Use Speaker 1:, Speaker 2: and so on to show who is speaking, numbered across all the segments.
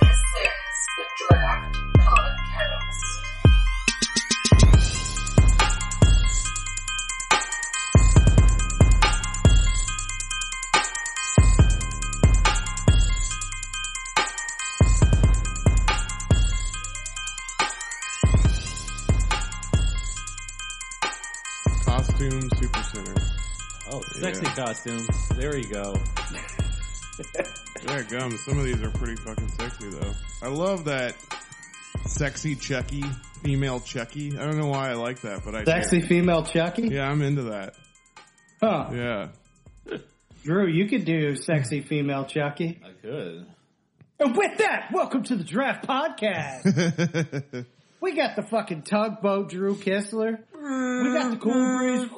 Speaker 1: This is the Draft Podcast.
Speaker 2: Costume Supercenter.
Speaker 3: Oh, sexy
Speaker 2: Yeah.
Speaker 3: costumes. There you go.
Speaker 2: Yeah, gum. Some of these are pretty fucking sexy though. I love that sexy Chucky, female Chucky. I don't know why I like that, but I do.
Speaker 4: Sexy female Chucky?
Speaker 2: Yeah, I'm into that.
Speaker 4: Huh.
Speaker 2: Yeah.
Speaker 4: Drew, you could do sexy female Chucky.
Speaker 3: I could.
Speaker 4: And with that, welcome to the Draft Podcast. we got the fucking tugboat, Drew Kessler. We got the cool breeze,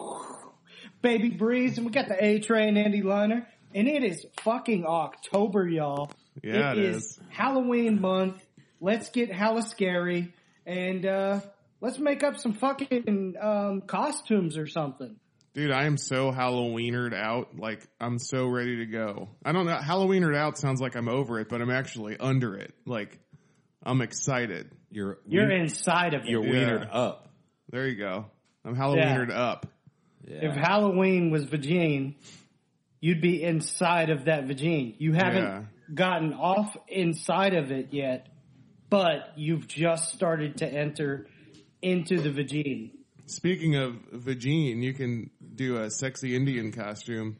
Speaker 4: baby breeze, and we got the A train, Andy Liner. And it is fucking October, y'all.
Speaker 2: Yeah, it is.
Speaker 4: Halloween month. Let's get hella scary and, uh, let's make up some fucking, um, costumes or something.
Speaker 2: Dude, I am so Halloweenered out. Like, I'm so ready to go. I don't know. Halloweenered out sounds like I'm over it, but I'm actually under it. Like, I'm excited.
Speaker 3: You're
Speaker 4: You're
Speaker 2: Mm-hmm.
Speaker 4: inside of it.
Speaker 3: You're
Speaker 2: Yeah.
Speaker 3: wienered up.
Speaker 2: There you go. I'm Halloweenered up.
Speaker 3: Yeah.
Speaker 4: If Halloween was vagine, you'd be inside of that vagine. You haven't
Speaker 2: Yeah.
Speaker 4: gotten off inside of it yet, but you've just started to enter into the vagine.
Speaker 2: Speaking of Vagine, you can do a sexy Indian costume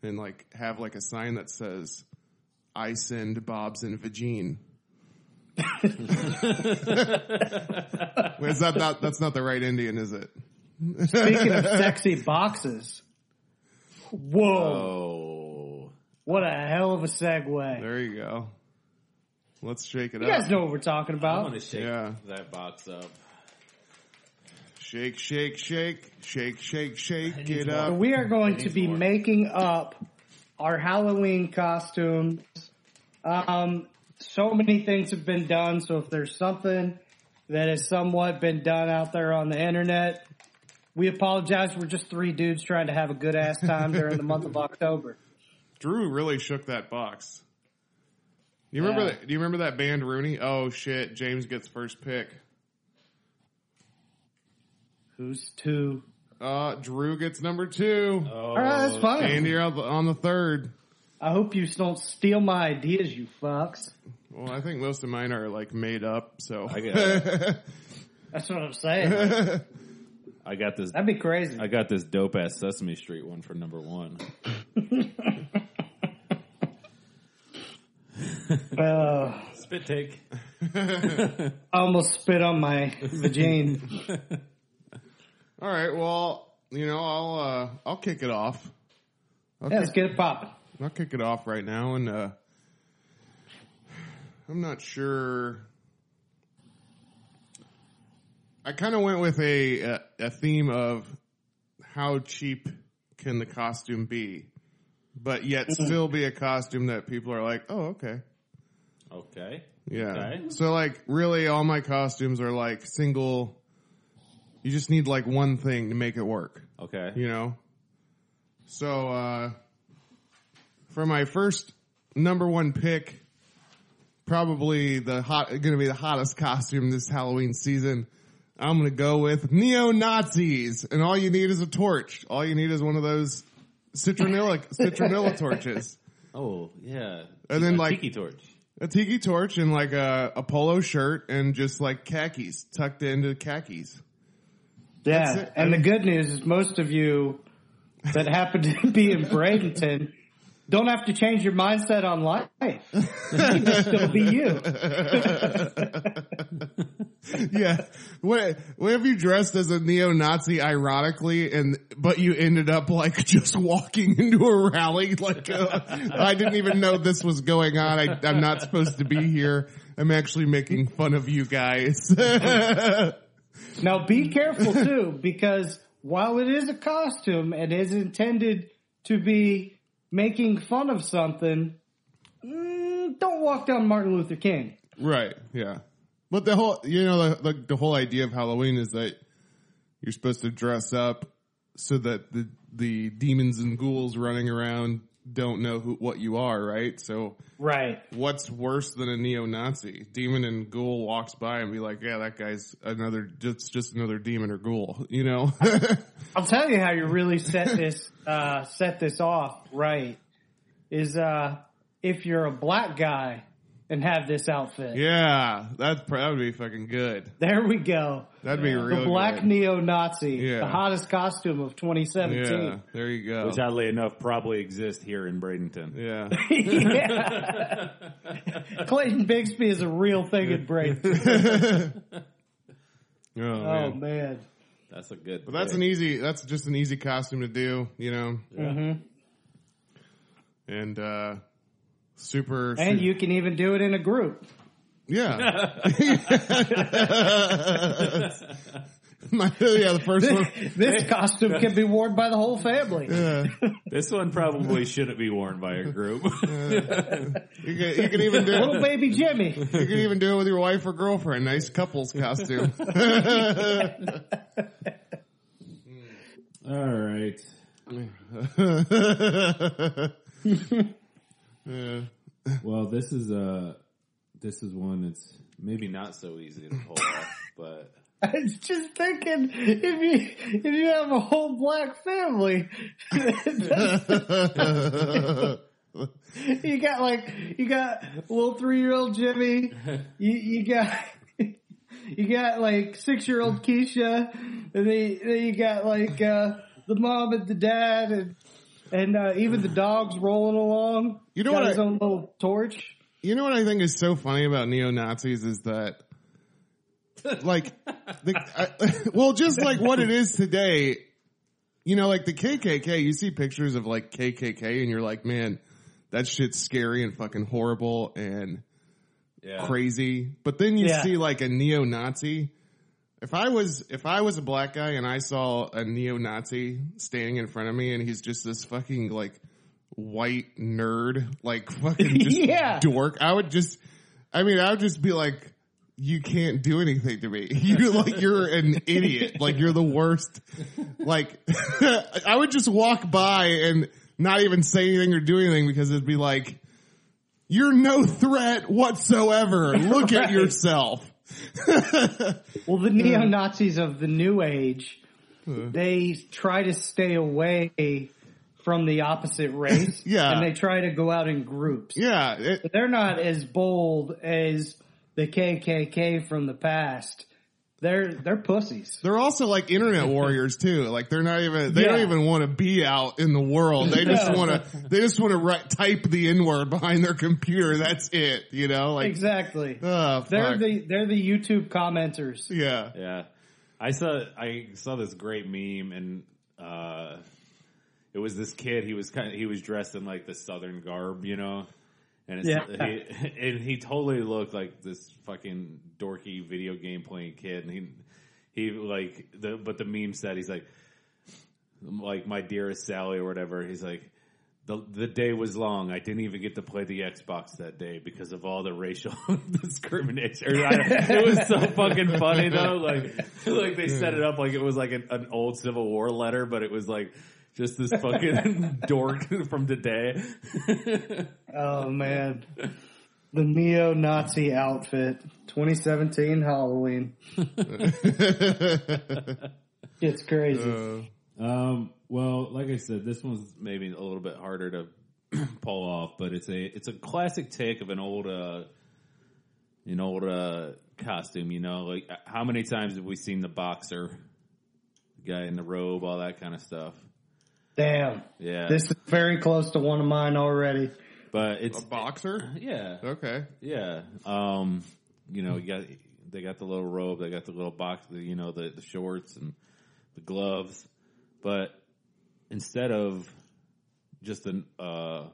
Speaker 2: and like have like a sign that says, I send Bob's and Vagine. Wait, is that not, that's not the right Indian, is it?
Speaker 4: Speaking of sexy boxes,
Speaker 3: oh.
Speaker 4: whoa, what a hell of a segue.
Speaker 2: There you go. Let's shake it
Speaker 4: You
Speaker 2: up.
Speaker 4: guys know what we're talking
Speaker 3: I
Speaker 4: about.
Speaker 3: want to shake
Speaker 2: Yeah.
Speaker 3: that box up.
Speaker 2: Shake, shake, shake, shake, shake, shake it up.
Speaker 4: We are going to be
Speaker 3: more.
Speaker 4: making up our Halloween costumes. Um, so many things have been done. So if there's something that has somewhat been done out there on the internet, we apologize. We're just three dudes trying to have a good ass time during the month of October.
Speaker 2: Drew really shook that box. You remember
Speaker 4: Yeah.
Speaker 2: that? Do you remember that band Rooney? Oh shit! James gets first pick.
Speaker 4: Who's two?
Speaker 2: Uh, Drew gets number two.
Speaker 3: Oh.
Speaker 4: All right, that's fine.
Speaker 2: Andy, you're on the- on the third.
Speaker 4: I hope you don't steal my ideas, you fucks.
Speaker 2: Well, I think most of mine are like made up. So
Speaker 3: I got-
Speaker 4: That's what I'm saying.
Speaker 3: I got this.
Speaker 4: That'd be crazy.
Speaker 3: I got this dope ass Sesame Street one for number one.
Speaker 4: Uh,
Speaker 3: Spit take.
Speaker 4: I almost spit on my vagina.
Speaker 2: all right. Well, you know, I'll uh, I'll kick it off.
Speaker 4: Yeah, let's get it popping.
Speaker 2: I'll kick it off right now, and uh, I'm not sure. I kind of went with a, a a theme of how cheap can the costume be, but yet
Speaker 3: Mm-hmm.
Speaker 2: still be a costume that people are like, oh, okay.
Speaker 3: Okay.
Speaker 2: Yeah.
Speaker 3: Okay.
Speaker 2: So like really all my costumes are like single you just need like one thing to make it work,
Speaker 3: Okay.
Speaker 2: you know? So uh for my first number 1 pick probably the hot going to be the hottest costume this Halloween season. I'm going to go with neo-Nazis and all you need is a torch. All you need is one of those citronella citronella torches.
Speaker 3: Oh yeah.
Speaker 2: And then,
Speaker 3: A
Speaker 2: like-
Speaker 3: tiki torch.
Speaker 2: a tiki torch and like a, a polo shirt and just like khakis tucked into khakis. That's
Speaker 4: Yeah,
Speaker 2: it.
Speaker 4: and the good news is most of you that happen to be in Bradenton don't have to change your mindset on life. You can still be you.
Speaker 2: Yeah. what, what if you dressed as a neo-Nazi ironically and, but you ended up like just walking into a rally? Like, uh, I didn't even know this was going on. I, I'm not supposed to be here. I'm actually making fun of you guys.
Speaker 4: Now be careful too, because while it is a costume and is intended to be making fun of something, mm, don't walk down Martin Luther King.
Speaker 2: Right. Yeah. But the whole, you know, the, the, the whole idea of Halloween is that you're supposed to dress up so that the, the demons and ghouls running around don't know who, what you are, right? So
Speaker 4: Right.
Speaker 2: what's worse than a neo-Nazi? Demon and ghoul walks by and be like, yeah, that guy's another, just, just another demon or ghoul, you know?
Speaker 4: I'll tell you how you really set this uh, set this off right is uh, if you're a black guy and have this outfit.
Speaker 2: yeah. That, that would be fucking good.
Speaker 4: There we go.
Speaker 2: That'd be real
Speaker 4: the black
Speaker 2: good.
Speaker 4: neo-Nazi,
Speaker 2: Yeah.
Speaker 4: the hottest costume of 2017.
Speaker 2: yeah. There you go.
Speaker 3: Which oddly enough probably exists here in Bradenton.
Speaker 2: yeah. Oh,
Speaker 4: Yeah. Clayton Bixby is a real thing in Bradenton.
Speaker 2: Oh,
Speaker 4: Oh
Speaker 2: man.
Speaker 4: man.
Speaker 3: That's a good.
Speaker 2: But that's an easy. That's just an easy costume to do, you know.
Speaker 4: Mm-hmm.
Speaker 2: And uh super.
Speaker 4: And
Speaker 2: su-
Speaker 4: you can even do it in a group.
Speaker 2: yeah. My, yeah, the first one.
Speaker 4: This costume can be worn by the whole family.
Speaker 2: Yeah.
Speaker 3: This one probably shouldn't be worn by a group.
Speaker 2: You can, you can even do.
Speaker 4: Little baby Jimmy.
Speaker 2: You can even do it with your wife or girlfriend. Nice couples costume.
Speaker 3: All right.
Speaker 2: Yeah.
Speaker 3: Well, this is uh this is one that's maybe not so easy to pull off, but
Speaker 4: I was just thinking, if you if you have a whole black family, you got like you got little three year old Jimmy, you you got you got like six year old Keisha, and then, then you got like uh, the mom and the dad, and and uh, even the dogs rolling along.
Speaker 2: You know
Speaker 4: got
Speaker 2: what
Speaker 4: His
Speaker 2: I-
Speaker 4: own little torch.
Speaker 2: You know what I think is so funny about neo Nazis is that, like, the, I, well, just like what it is today, you know, like the KKK. You see pictures of like KKK, and you're like, man, that shit's scary and fucking horrible and
Speaker 3: yeah.
Speaker 2: crazy. But then you
Speaker 4: Yeah.
Speaker 2: see like a neo Nazi. If I was if I was a black guy and I saw a neo Nazi standing in front of me, and he's just this fucking like white nerd, like fucking just
Speaker 4: Yeah.
Speaker 2: dork. I would just, I mean, I would just be like, you can't do anything to me. You like, you're an idiot. Like you're the worst. Like I would just walk by and not even say anything or do anything because it'd be like, you're no threat whatsoever. Look at yourself.
Speaker 4: Well, the
Speaker 2: Hmm.
Speaker 4: neo Nazis of the new age, they try to stay away from the opposite race.
Speaker 2: Yeah.
Speaker 4: And they try to go out in groups.
Speaker 2: Yeah. It,
Speaker 4: They're not as bold as the KKK from the past. They're, they're pussies.
Speaker 2: they're also like internet warriors too. Like they're not even, they don't
Speaker 4: Yeah.
Speaker 2: even want to be out in the world. They just
Speaker 4: No.
Speaker 2: want to, they just want to write, type the N word behind their computer. That's it. You know, like,
Speaker 4: Exactly.
Speaker 2: Oh,
Speaker 4: They're
Speaker 2: fuck.
Speaker 4: the, they're the YouTube commenters.
Speaker 2: yeah.
Speaker 3: Yeah. I saw I saw this great meme and uh it was this kid he was kind of, he was dressed in like the southern garb, you know. And it's,
Speaker 4: Yeah.
Speaker 3: he, and he totally looked like this fucking dorky video game playing kid and he he like the but the meme said he's like like my dearest Sally or whatever. He's like the the day was long. I didn't even get to play the Xbox that day because of all the racial discrimination. Or, I don't- it was so fucking funny though. Like like they set it up like it was like an, an old Civil War letter, but it was like just this fucking dork from today.
Speaker 4: Oh man. The neo Nazi outfit. 2017 Halloween. It's crazy.
Speaker 2: Uh,
Speaker 3: Um, well, like I said, this one's maybe a little bit harder to pull off, but it's a it's a classic take of an old uh, an old uh, costume. You know, like uh, how many times have we seen the boxer, the guy in the robe, all that kind of stuff?
Speaker 4: Damn.
Speaker 3: Yeah,
Speaker 4: This is very close to one of mine already.
Speaker 3: but it's
Speaker 2: a boxer?
Speaker 3: yeah,
Speaker 2: Okay.
Speaker 3: yeah. Um, you know, you got they got the little robe, they got the little box, the, you know, the, the shorts and the gloves, but instead of just an uh,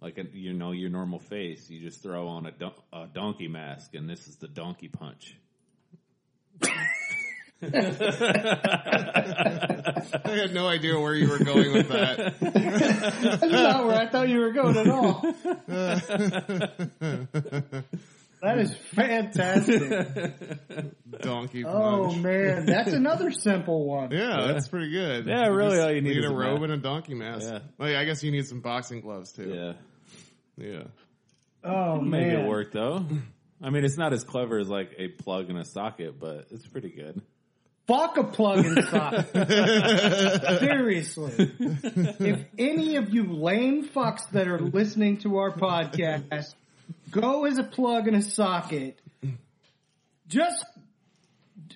Speaker 3: like a, you know your normal face, you just throw on a, don- a donkey mask, and this is the donkey punch.
Speaker 2: I had no idea where you were going with that.
Speaker 4: That's not where I thought you were going at all. That is fantastic.
Speaker 2: Donkey
Speaker 4: oh
Speaker 2: punch.
Speaker 4: man, that's another simple one.
Speaker 2: Yeah, that's pretty good.
Speaker 3: Yeah, really, all you need
Speaker 2: need
Speaker 3: is
Speaker 2: a
Speaker 3: a
Speaker 2: robe
Speaker 3: mat.
Speaker 2: and a donkey mask.
Speaker 3: Yeah.
Speaker 2: Like, I guess you need some boxing gloves too.
Speaker 3: yeah.
Speaker 2: Yeah, yeah.
Speaker 4: Oh
Speaker 3: Make
Speaker 4: man,
Speaker 3: it work though. I mean, it's not as clever as like a plug and a socket, but it's pretty good.
Speaker 4: Fuck a plug and socket. Seriously. If any of you lame fucks that are listening to our podcast go as a plug and a socket, just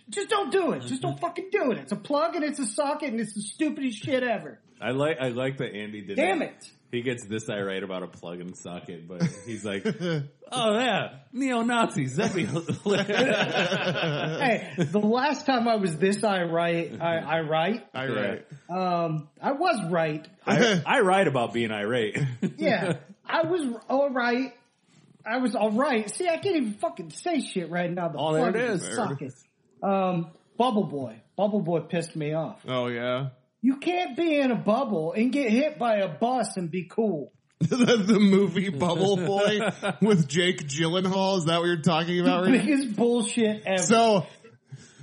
Speaker 4: just don't do it. Just don't fucking do it. It's a plug and it's a socket and it's the stupidest shit ever.
Speaker 3: I like I like that Andy did.
Speaker 4: Damn
Speaker 3: that.
Speaker 4: it.
Speaker 3: He gets this irate about a plug and socket, but he's like, "Oh yeah, neo Nazis. That'd be hilarious."
Speaker 4: Hey, the last time I was this I right I, I right.
Speaker 2: I
Speaker 3: Yeah.
Speaker 2: right.
Speaker 4: Um I was right.
Speaker 3: I, I write about being irate.
Speaker 4: Yeah, I was all right. I was all right. See, I can't even fucking say shit right now. The
Speaker 3: Oh, there it
Speaker 4: fucking
Speaker 3: is.
Speaker 4: Suck it. Um, Bubble Boy. Bubble Boy pissed me off.
Speaker 2: Oh yeah,
Speaker 4: You can't be in a bubble and get hit by a bus and be cool.
Speaker 2: the, the movie Bubble Boy with Jake Gyllenhaal. Is that what you're talking about? Right now?
Speaker 4: Biggest bullshit ever.
Speaker 2: So,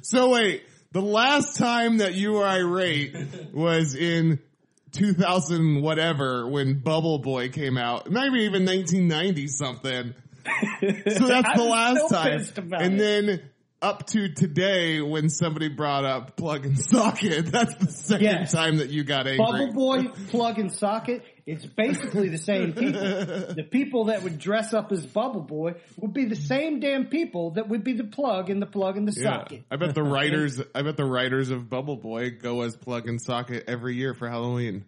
Speaker 2: so wait. The last time that you were irate was in 2000 whatever when Bubble Boy came out. Maybe even 1990 something. So that's
Speaker 4: I
Speaker 2: the
Speaker 4: was
Speaker 2: last
Speaker 4: so
Speaker 2: time.
Speaker 4: pissed about
Speaker 2: And
Speaker 4: it.
Speaker 2: then up to today when somebody brought up plug and socket, that's the second
Speaker 4: Yes.
Speaker 2: time that you got angry.
Speaker 4: Bubble Boy, plug and socket. It's basically the same people. The people that would dress up as Bubble Boy would be the same damn people that would be the plug and the plug and the
Speaker 2: Yeah.
Speaker 4: socket.
Speaker 2: I bet the writers, I bet the writers of Bubble Boy go as plug and socket every year for Halloween.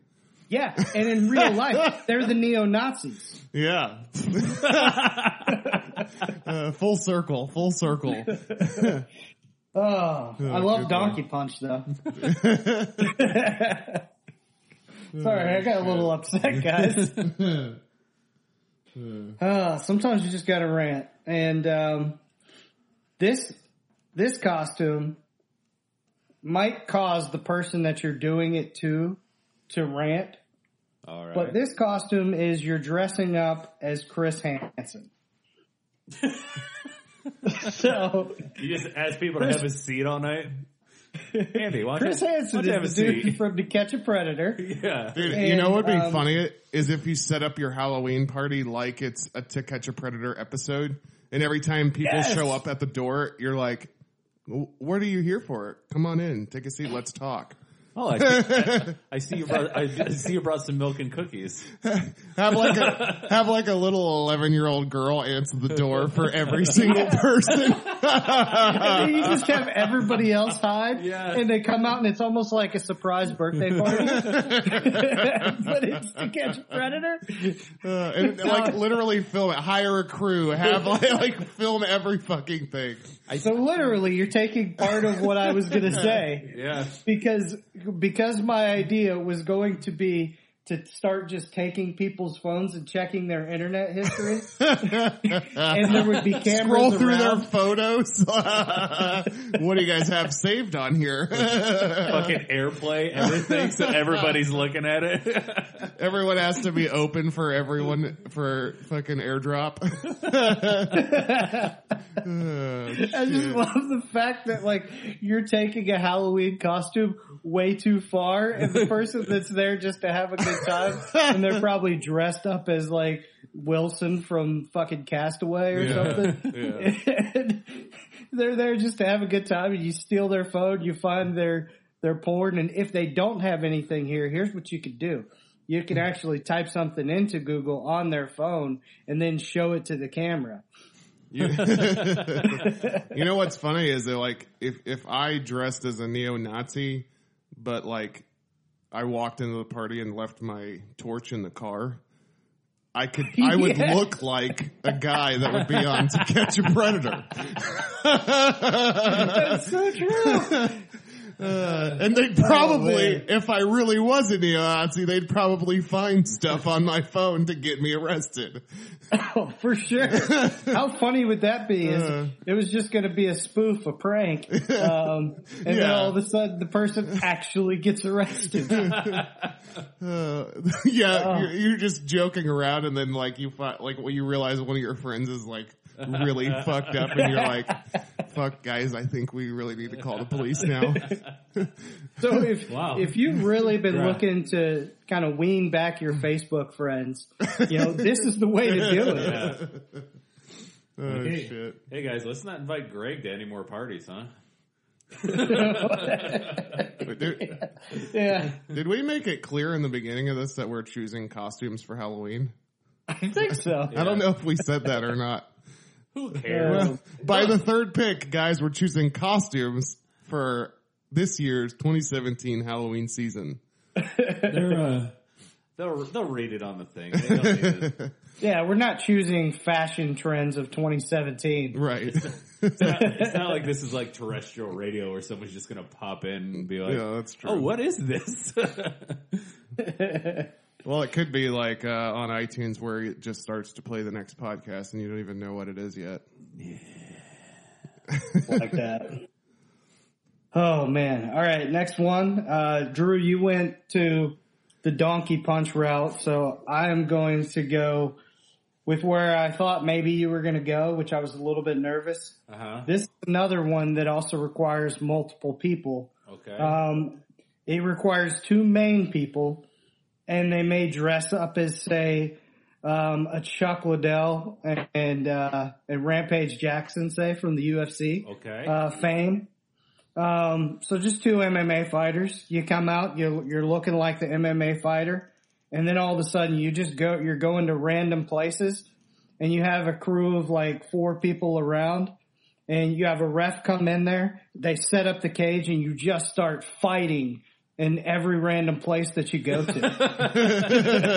Speaker 4: Yeah, and in real life, they're the neo Nazis.
Speaker 2: Yeah. uh, full circle, full circle.
Speaker 4: Oh, I love
Speaker 2: good
Speaker 4: Donkey Punch though. Sorry, I got a little upset, guys. uh, sometimes you just got to rant, and um, this this costume might cause the person that you're doing it to to rant,
Speaker 3: All right.
Speaker 4: but this costume is you're dressing up as Chris Hansen. so
Speaker 3: you just ask people to have a seat all night. Andy, why
Speaker 4: Chris
Speaker 3: don't-
Speaker 4: Hansen
Speaker 3: why don't you
Speaker 4: is the
Speaker 3: have a
Speaker 4: dude
Speaker 3: seat?
Speaker 4: from To Catch a Predator.
Speaker 3: Yeah.
Speaker 2: Dude, you
Speaker 4: And,
Speaker 2: know what would be
Speaker 4: um,
Speaker 2: funny is if you set up your Halloween party like it's a To Catch a Predator episode, and every time people
Speaker 4: Yes.
Speaker 2: show up at the door, you're like, "W- "What are you here for? Come on in, take a seat, let's talk."
Speaker 3: Oh, I see, I, I see you brought. I, I see you brought some milk and cookies.
Speaker 2: Have like a have like a little eleven year old girl answer the door for every single person.
Speaker 4: And then you just have everybody else hide,
Speaker 3: Yeah.
Speaker 4: and they come out, and it's almost like a surprise birthday party. but it's To Catch a Predator.
Speaker 2: Uh, and like literally film it, hire a crew, have like, like film every fucking thing.
Speaker 4: So literally, you're taking part of what I was going to say
Speaker 3: Yeah.
Speaker 4: because because my idea was going to be to start just taking people's phones and checking their internet history, and there would be cameras
Speaker 2: Scroll through
Speaker 4: around.
Speaker 2: their photos. what do you guys have saved on here?
Speaker 3: Fucking airplay everything, so everybody's looking at it.
Speaker 2: Everyone has to be open for everyone for fucking airdrop. Uh,
Speaker 4: I just love the fact that like you're taking a Halloween costume way too far, and the person that's there just to have a good time, and they're probably dressed up as like Wilson from fucking Castaway or
Speaker 2: Yeah.
Speaker 4: something.
Speaker 2: yeah.
Speaker 4: And they're there just to have a good time, and you steal their phone, you find their their porn, and if they don't have anything here, here's what you could do. You can actually type something into Google on their phone and then show it to the camera.
Speaker 2: You know what's funny is that like if if I dressed as a neo-Nazi, but like I walked into the party and left my torch in the car, I could I would
Speaker 4: Yeah.
Speaker 2: look like a guy that would be on to catch a predator.
Speaker 4: That's so true.
Speaker 2: Uh, and they'd probably,
Speaker 4: man.
Speaker 2: if I really was a neo-Nazi, they'd probably find stuff on my phone to get me arrested.
Speaker 4: Oh, for sure. How funny would that be? Is
Speaker 2: Uh.
Speaker 4: it was just going to be a spoof, a prank, um, and then
Speaker 2: Yeah.
Speaker 4: all of a sudden the person actually gets arrested.
Speaker 2: Uh, yeah, you're, you're just joking around, and then like you fi- like when you realize one of your friends is like really fucked up and you're like, fuck guys, I think we really need to call the police now.
Speaker 4: So if
Speaker 3: Wow.
Speaker 4: if you've really been
Speaker 3: Right.
Speaker 4: looking to kind of wean back your Facebook friends, you know this is the way to do it.
Speaker 3: Yeah.
Speaker 2: Oh shit.
Speaker 3: Hey guys, let's not invite Greg to any more parties, huh?
Speaker 2: But did,
Speaker 4: Yeah,
Speaker 2: did we make it clear in the beginning of this that we're choosing costumes for Halloween?
Speaker 4: I think so.
Speaker 2: I don't know if we said that or not.
Speaker 3: Who cares?
Speaker 4: Yeah.
Speaker 2: Well, by the third pick, guys, we're choosing costumes for this year's 2017 Halloween season.
Speaker 3: They're, uh, they'll they'll read it on the thing. They don't need to-
Speaker 4: Yeah, we're not choosing fashion trends of 2017.
Speaker 2: Right.
Speaker 3: it's not like this is like terrestrial radio where someone's just gonna pop in and be like,
Speaker 2: yeah, that's true.
Speaker 3: "Oh, what is this?"
Speaker 2: Well, it could be like uh, on iTunes where it just starts to play the next podcast and you don't even know what it is yet.
Speaker 4: like that. Oh man! All right, next one. Uh, Drew, you went to the donkey punch route, so I am going to go with where I thought maybe you were going to go, which I was a little bit nervous.
Speaker 3: uh-huh.
Speaker 4: This is another one that also requires multiple people.
Speaker 3: Okay.
Speaker 4: Um, it requires two main people, and they may dress up as say um, a Chuck Liddell and and, uh, and Rampage Jackson, say from the UFC
Speaker 3: okay.
Speaker 4: uh, fame. Um, so just two MMA fighters. You come out, you're, you're looking like the MMA fighter, and then all of a sudden you just go, you're going to random places, and you have a crew of like four people around, and you have a ref come in there. They set up the cage, and you just start fighting in every random place that you go to.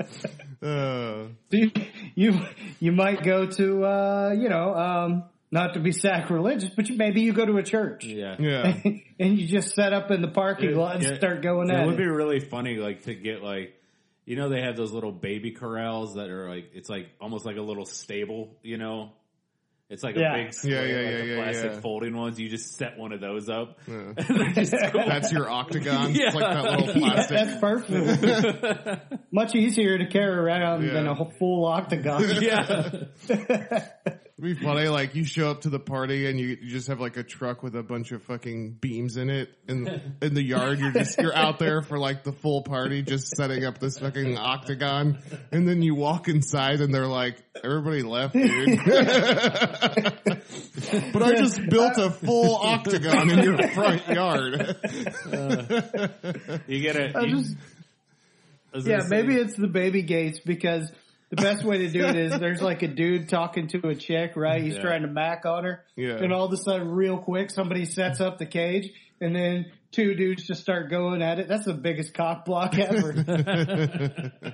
Speaker 2: Uh,
Speaker 4: So you, you you might go to uh, you know um, not to be sacrilegious, but you, maybe you go to a church.
Speaker 3: yeah.
Speaker 2: yeah.
Speaker 4: and you just set up in the parking lot and
Speaker 3: Yeah.
Speaker 4: start going
Speaker 3: It
Speaker 4: at
Speaker 3: would
Speaker 4: it.
Speaker 3: be really funny, like to get like, you know, they have those little baby corrals that are like, it's like almost like a little stable, you know. It's like
Speaker 4: Yeah.
Speaker 3: a big square,
Speaker 2: Yeah, yeah,
Speaker 3: like
Speaker 2: yeah,
Speaker 3: the
Speaker 2: yeah,
Speaker 3: plastic
Speaker 2: yeah.
Speaker 3: folding ones. You just set one of those up.
Speaker 2: Yeah.
Speaker 3: Just go-
Speaker 2: That's your octagon. It's like that little
Speaker 4: Yeah,
Speaker 2: plastic.
Speaker 4: that's perfect. Much easier to carry around
Speaker 2: Yeah.
Speaker 4: than a full octagon.
Speaker 3: yeah.
Speaker 2: It'd be funny, like you show up to the party and you, you just have like a truck with a bunch of fucking beams in it, and in the yard you're just you're out there for like the full party, just setting up this fucking octagon, and then you walk inside and they're like, everybody left, dude. but I just built a full octagon in your front yard.
Speaker 3: You get it.
Speaker 4: I
Speaker 3: you-
Speaker 4: just-
Speaker 3: I was
Speaker 4: yeah,
Speaker 3: gonna say-
Speaker 4: maybe it's the baby gates because the best way to do it is there's like a dude talking to a chick, right? He's
Speaker 3: Yeah.
Speaker 4: trying to mac on her.
Speaker 2: Yeah.
Speaker 4: And all of a sudden, real quick, somebody sets up the cage and then two dudes just start going at it. That's the biggest cock block ever.
Speaker 3: I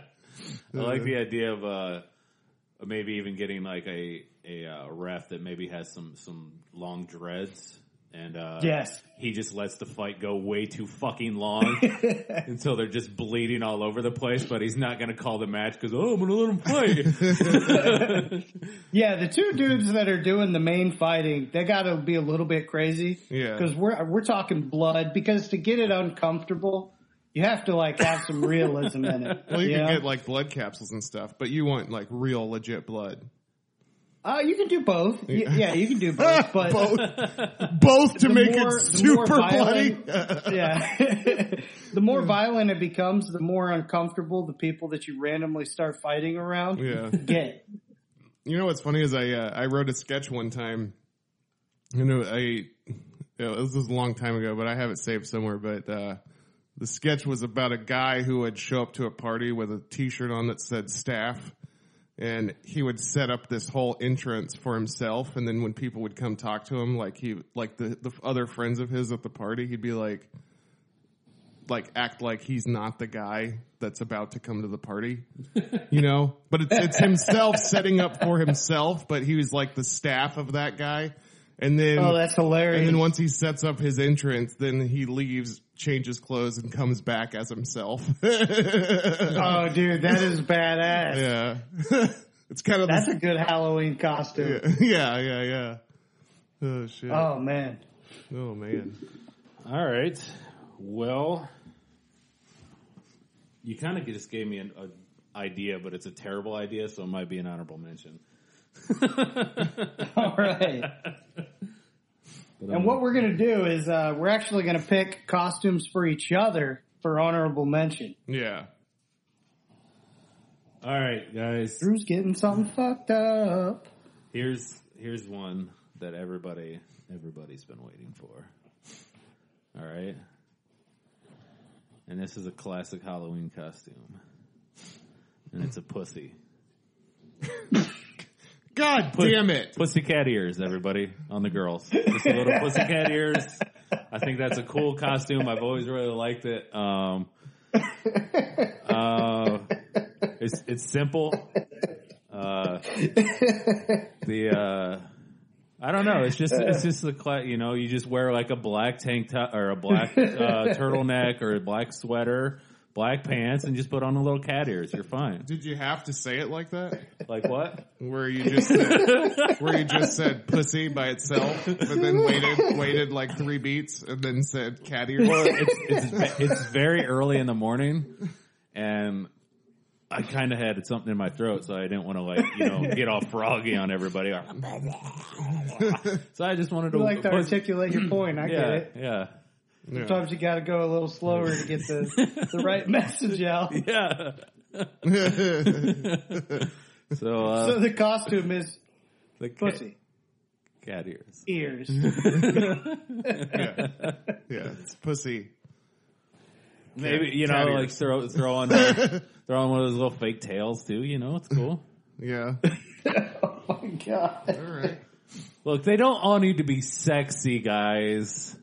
Speaker 3: like the idea of uh, maybe even getting like a a uh, ref that maybe has some some long dreads and uh,
Speaker 4: Yes.
Speaker 3: he just lets the fight go way too fucking long until they're just bleeding all over the place, but he's not gonna call the match because oh I'm gonna let him fight.
Speaker 4: Yeah, the two dudes that are doing the main fighting, they got to be a little bit crazy.
Speaker 2: Yeah.
Speaker 4: because we're we're talking blood. Because to get it uncomfortable, you have to like have some realism in it.
Speaker 2: Well, you
Speaker 4: you
Speaker 2: can
Speaker 4: know?
Speaker 2: get like blood capsules and stuff, but you want like real legit blood.
Speaker 4: Uh, you can do both. Y- yeah, you can do both. But
Speaker 2: both, both to
Speaker 4: the
Speaker 2: make
Speaker 4: more-
Speaker 2: it
Speaker 4: the more
Speaker 2: super bloody.
Speaker 4: violent- yeah, the more violent it becomes, the more uncomfortable the people that you randomly start fighting around
Speaker 2: Yeah.
Speaker 4: get.
Speaker 2: You know what's funny is I uh, I wrote a sketch one time. You know I you know, this was a long time ago, but I have it saved somewhere. But uh, the sketch was about a guy who would show up to a party with a T-shirt on that said "staff," and he would set up this whole entrance for himself. And then when people would come talk to him, like he like the the other friends of his at the party, he'd be like. Like act like he's not the guy that's about to come to the party you know. But it's it's himself setting up for himself. But he was like the staff of that guy, and then
Speaker 4: Oh, that's hilarious!
Speaker 2: and then once he sets up his entrance, then he leaves, changes clothes, and comes back as himself.
Speaker 4: oh, dude, that is badass.
Speaker 2: yeah, it's kind of
Speaker 4: That's
Speaker 2: the,
Speaker 4: a good Halloween costume.
Speaker 2: yeah, yeah, yeah. Oh shit! Oh,
Speaker 4: Oh man.
Speaker 2: man.
Speaker 3: all right, well, you kind of just gave me an, a idea, but it's a terrible idea, so it might be an honorable mention.
Speaker 4: All right.
Speaker 3: um,
Speaker 4: And what we're going to do is uh, we're actually going to pick costumes for each other for honorable mention.
Speaker 2: Yeah.
Speaker 3: All right, guys.
Speaker 4: Drew's getting something fucked up.
Speaker 3: Here's here's one that everybody everybody's been waiting for. All right. And this is a classic Halloween costume. And it's a pussy.
Speaker 2: God
Speaker 3: Put-
Speaker 2: damn it.
Speaker 3: Pussy cat ears, everybody, on the girls. Just a little pussy cat ears. I think that's a cool costume. I've always really liked it. Um, uh, it's it's simple. Uh, the uh, I don't know. It's just it's just the cla- you know you just wear like a black tank top or a black uh, turtleneck or a black sweater, black pants, and just put on the little cat ears. You're fine.
Speaker 2: Did you have to say it like that?
Speaker 3: Like what?
Speaker 2: Where you just said, where you just said pussy by itself, but then waited waited like three beats and then said cat ears.
Speaker 3: Well, it's, it's, it's very early in the morning, and I kind of had something in my throat, so I didn't want to like you know get all froggy on everybody. so I just wanted to
Speaker 4: You like to
Speaker 3: pussy-
Speaker 4: articulate your point. I get
Speaker 3: yeah,
Speaker 4: it.
Speaker 3: yeah,
Speaker 2: Yeah.
Speaker 4: Sometimes you got to go a little slower to get the, the right message out.
Speaker 3: yeah. So, uh,
Speaker 4: So the costume is
Speaker 3: the cat,
Speaker 4: pussy
Speaker 3: cat ears.
Speaker 4: ears.
Speaker 2: yeah. Yeah, It's pussy.
Speaker 3: Maybe
Speaker 2: Cat-
Speaker 3: you know,
Speaker 2: cat
Speaker 3: like
Speaker 2: ears.
Speaker 3: throw throw on one- throw on one of those little fake tails too. You know, it's cool.
Speaker 2: Yeah.
Speaker 4: Oh my god!
Speaker 2: All right.
Speaker 3: Look, they don't all need to be sexy, guys.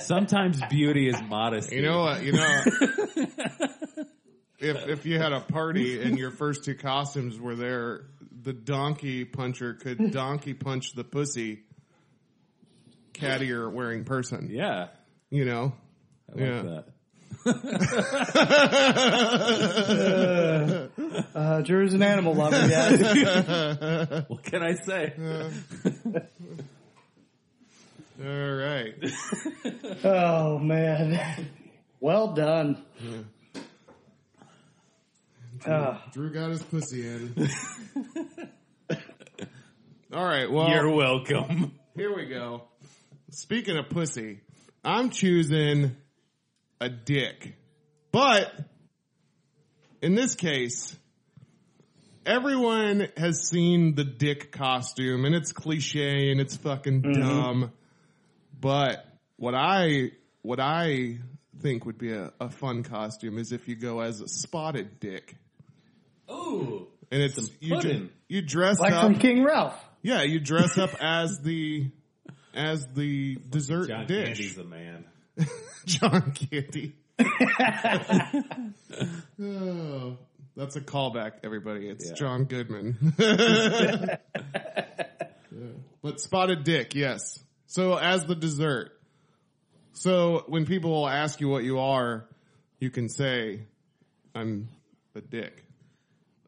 Speaker 3: Sometimes beauty is modesty.
Speaker 2: You know what? You know. If, if you had a party and your first two costumes were there, the donkey puncher could donkey punch the pussy cat ear wearing person.
Speaker 3: Yeah.
Speaker 2: You know?
Speaker 3: I like
Speaker 2: Yeah.
Speaker 3: that.
Speaker 4: Uh, Drew's an animal lover, guys.
Speaker 3: What can I say?
Speaker 2: All right.
Speaker 4: oh man, well done. Uh,
Speaker 2: Drew got his pussy in. All right. Well,
Speaker 3: You're welcome.
Speaker 2: here we go. Speaking of pussy, I'm choosing a dick. But in this case, everyone has seen the dick costume and it's cliche and it's fucking dumb. But what I what I think would be a, a fun costume is if you go as a spotted dick.
Speaker 3: Ooh.
Speaker 2: And it's you, dr-
Speaker 3: pudding.
Speaker 2: you dress
Speaker 4: like
Speaker 2: up
Speaker 4: from King Ralph.
Speaker 2: Yeah, you dress up as the as the dessert
Speaker 3: John
Speaker 2: dish,
Speaker 3: Candy's a man.
Speaker 2: John Candy. oh, that's a callback, everybody. It's
Speaker 3: Yeah.
Speaker 2: John Goodman. But spotted dick, yes. So as the dessert. So when people will ask you what you are, you can say, "I'm a dick,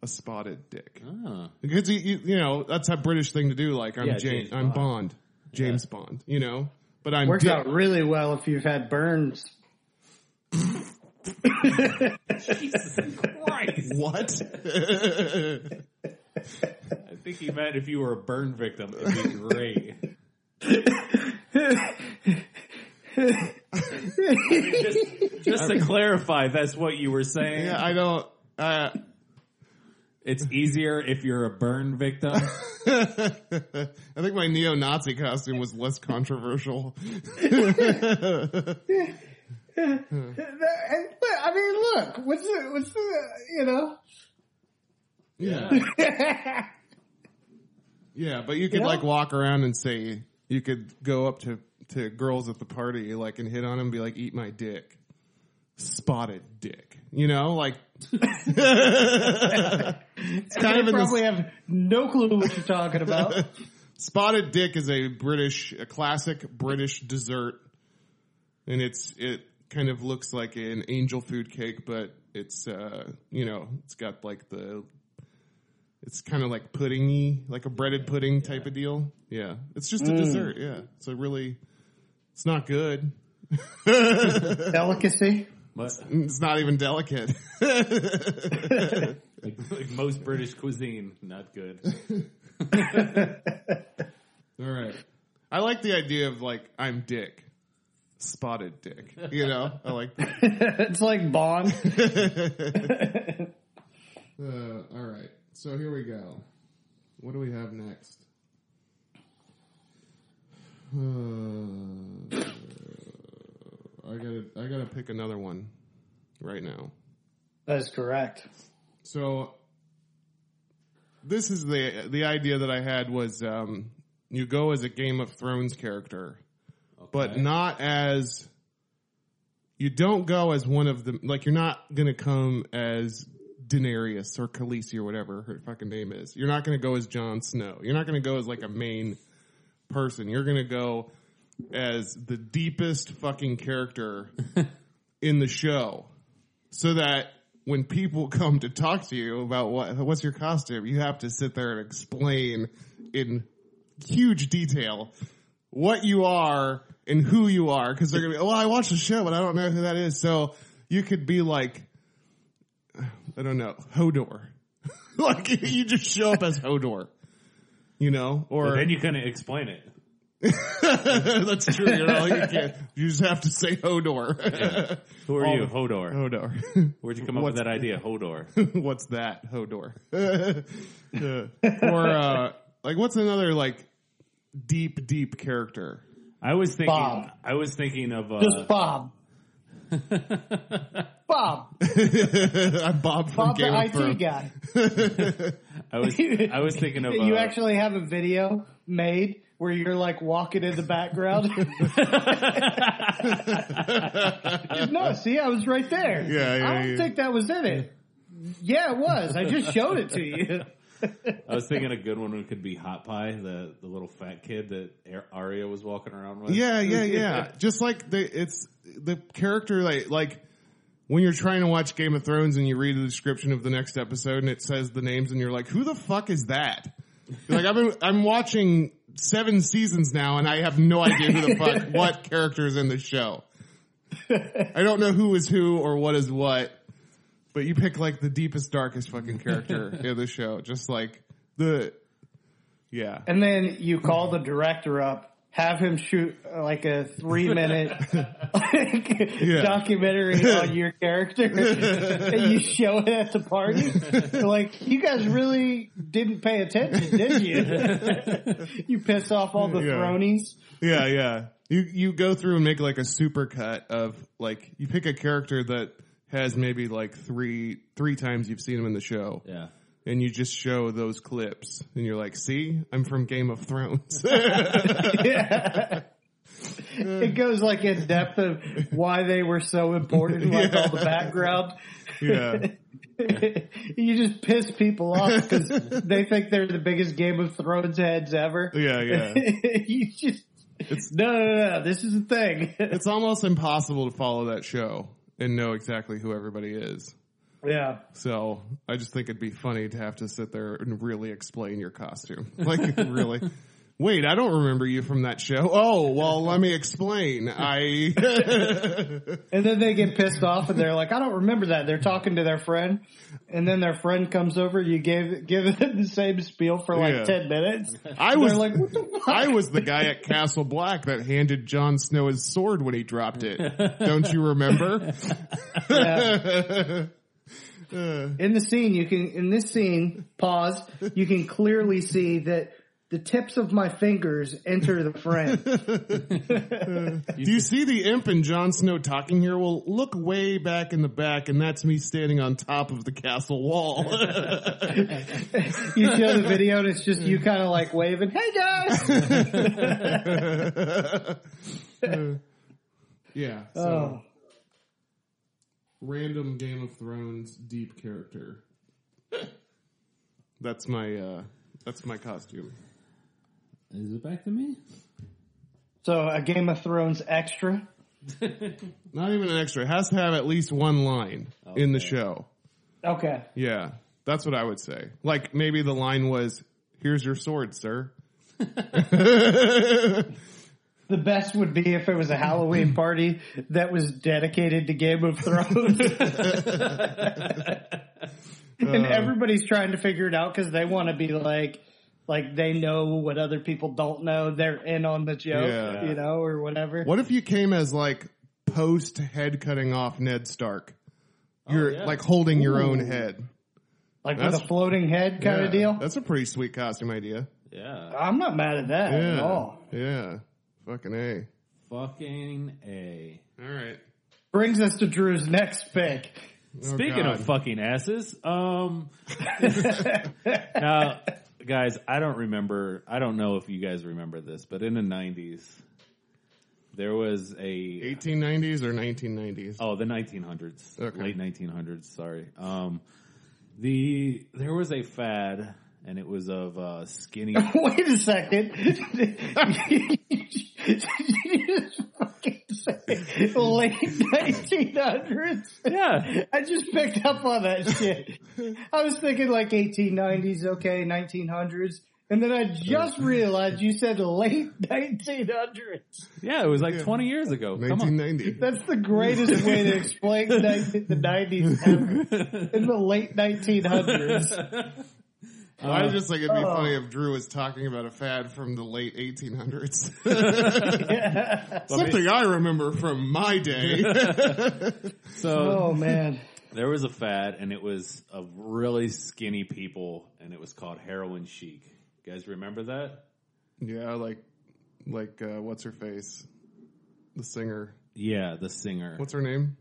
Speaker 2: a spotted dick."
Speaker 3: Oh.
Speaker 2: Because you, you, you know that's a British thing to do. Like I'm
Speaker 3: Yeah,
Speaker 2: Ja-
Speaker 3: James
Speaker 2: I'm
Speaker 3: Bond.
Speaker 2: Bond, James Bond. You know, but I'm
Speaker 4: Works
Speaker 2: Dick.
Speaker 4: out really well if you've had burns.
Speaker 3: Christ.
Speaker 2: what?
Speaker 3: I think he meant if you were a burn victim, it'd be great. I mean, just, just to clarify, that's what you were saying.
Speaker 2: yeah, I don't. Uh,
Speaker 3: It's easier if you're a burn victim.
Speaker 2: I think my neo-Nazi costume was less controversial.
Speaker 4: But I mean, look, what's the, what's the, you know?
Speaker 2: Yeah, yeah, but you could
Speaker 4: know?
Speaker 2: like walk around and say you could go up to to girls at the party like and hit on them, and be like, "Eat my dick, spotted dick." You know, like it's kind
Speaker 4: I
Speaker 2: of in the
Speaker 4: probably have no clue what you're talking about.
Speaker 2: Spotted dick is a British, a classic British dessert, and it's it kind of looks like an angel food cake, but it's uh you know it's got like the it's kind of like puddingy, like a breaded pudding type of deal. Yeah, it's just a dessert. Yeah, it's a really it's not good.
Speaker 4: Delicacy.
Speaker 3: But,
Speaker 2: It's not even delicate.
Speaker 3: like, like most British cuisine, not good.
Speaker 2: All right. I like the idea of like I'm Dick, spotted Dick. You know, I like. That.
Speaker 4: it's like Bond.
Speaker 2: Uh, all right, so here we go. What do we have next? Uh, I gotta, I gotta pick another one right now.
Speaker 4: That is correct.
Speaker 2: So this is the the idea that I had was um, you go as a Game of Thrones character, but not as you don't go as one of the like you're not gonna come as Daenerys or Khaleesi or whatever her fucking name is. You're not gonna go as Jon Snow. You're not gonna go as like a main person. You're gonna go as the deepest fucking character in the show so that when people come to talk to you about what what's your costume, you have to sit there and explain in huge detail what you are and who you are because they're gonna be, well, I watched the show, but I don't know who that is. So you could be like, I don't know, Hodor. like you just show up as Hodor, you know, or
Speaker 3: But then you kind of explain it.
Speaker 2: that's true. You're not like, you can't. You just have to say Hodor.
Speaker 3: Who are you, Hodor?
Speaker 2: Hodor.
Speaker 3: Where'd you come up with that idea, Hodor?
Speaker 2: what's that hodor Uh, or uh like what's another like deep deep character
Speaker 3: I was thinking.
Speaker 4: Bob.
Speaker 3: I was thinking of uh,
Speaker 4: Just Bob. Bob.
Speaker 2: i'm bob from
Speaker 4: Bob
Speaker 2: game
Speaker 4: the
Speaker 2: of
Speaker 4: IT
Speaker 2: thrones
Speaker 4: guy.
Speaker 3: I was I was thinking of
Speaker 4: You
Speaker 3: uh,
Speaker 4: actually have a video made where you're like walking in the background. no, see, I was right there.
Speaker 2: Yeah, yeah,
Speaker 4: I don't
Speaker 2: yeah.
Speaker 4: think that was in it. Yeah, it was. I just showed it to you.
Speaker 3: I was thinking a good one could be Hot Pie, the the little fat kid that Ar- Arya was walking around with.
Speaker 2: yeah yeah yeah just like the it's the character like like when you're trying to watch game of thrones and you read the description of the next episode and it says the names and you're like who the fuck is that You're like i've been i'm watching seven seasons now and i have no idea who the fuck what character is in the show I don't know who is who or what is what, but you pick like the deepest, darkest fucking character in the show. Just like the, yeah.
Speaker 4: And then you call the director up, have him shoot uh, like a three minute like, documentary on your character, and you show it at the party. like, you guys really didn't pay attention, did you? you piss off all the
Speaker 2: Yeah.
Speaker 4: thronies.
Speaker 2: Yeah, yeah. You, you go through and make like a super cut of like, you pick a character that has maybe like three, three times you've seen him in the show
Speaker 3: yeah.
Speaker 2: and you just show those clips and you're like, see, I'm from Game of Thrones.
Speaker 4: Yeah. It goes like in depth of why they were so important, like all the background.
Speaker 2: yeah.
Speaker 4: you just piss people off because they think they're the biggest Game of Thrones heads ever.
Speaker 2: Yeah, Oh, yeah.
Speaker 4: you just no, no, no, no. This is the thing.
Speaker 2: It's almost impossible to follow that show and know exactly who everybody is.
Speaker 4: yeah,
Speaker 2: So I just think it'd be funny to have to sit there and really explain your costume. Like, really. Wait, I don't remember you from that show. Oh, well, let me explain. I,
Speaker 4: and then they get pissed off and they're like, "I don't remember that." They're talking to their friend, and then their friend comes over. You gave give it the same spiel for like
Speaker 2: Yeah.
Speaker 4: ten minutes.
Speaker 2: I
Speaker 4: They're
Speaker 2: was
Speaker 4: like, "What the fuck?"
Speaker 2: I was the guy at Castle Black that handed Jon Snow his sword when he dropped it. Don't you remember?
Speaker 4: in the scene you can in this scene pause you can clearly see that the tips of my fingers enter the frame
Speaker 2: Do you see the imp and Jon Snow talking here? Well, look way back in the back, and that's me standing on top of the castle wall.
Speaker 4: you show the video and it's just
Speaker 2: Mm.
Speaker 4: you kind of like waving hey guys
Speaker 2: yeah. So.
Speaker 4: oh
Speaker 2: random Game of Thrones deep character. that's my uh that's my costume.
Speaker 3: Is it back to me?
Speaker 4: so a game of thrones extra
Speaker 2: Not even an extra. It has to have at least one line in the show.
Speaker 4: okay
Speaker 2: Yeah. That's what I would say. Like maybe the line was, "Here's your sword, sir."
Speaker 4: The best would be if it was a Halloween party that was dedicated to Game of Thrones.
Speaker 2: Uh.
Speaker 4: and everybody's trying to figure it out because they want to be like, like they know what other people don't know. They're in on the joke,
Speaker 2: Yeah.
Speaker 4: you know, or whatever.
Speaker 2: What if you came as like post head cutting off Ned Stark? You're
Speaker 3: yeah.
Speaker 2: like holding your own head.
Speaker 4: like with
Speaker 2: That's-
Speaker 4: a floating head kind
Speaker 2: Yeah,
Speaker 4: of deal.
Speaker 2: That's a pretty sweet costume idea.
Speaker 3: Yeah.
Speaker 4: I'm not mad at that at
Speaker 2: Yeah.
Speaker 4: all.
Speaker 2: Yeah. Fucking A.
Speaker 3: Fucking A.
Speaker 2: All right.
Speaker 4: Brings us to Drew's next pick.
Speaker 2: Oh,
Speaker 3: Speaking
Speaker 2: God.
Speaker 3: of fucking asses, um, now, guys, I don't remember. I don't know if you guys remember this, but in the '90s, there was a
Speaker 2: 1890s or 1990s?
Speaker 3: oh the 1900s,
Speaker 2: Okay.
Speaker 3: late 1900s. Sorry, um, the there was a fad, and it was of uh, skinny.
Speaker 4: Wait a second. Did you just fucking say late 1900s?
Speaker 3: yeah,
Speaker 4: I just picked up on that shit. I was thinking like 1890s, okay, 1900s. And then I just realized you said late 1900s.
Speaker 3: yeah, it was like 20 years ago. Come on.
Speaker 2: 1990.
Speaker 4: That's the greatest way to explain 19 the 90s ever. In the late 1900s.
Speaker 2: I was just think it'd be funny if Drew was talking about a fad from the late 1800s. Something I remember from my day.
Speaker 3: So
Speaker 4: Oh man.
Speaker 3: There was a fad, and it was of really skinny people, and it was called heroin chic. You guys remember that?
Speaker 2: yeah, like, like, uh, what's her face? The singer.
Speaker 3: Yeah, the singer.
Speaker 2: What's her name?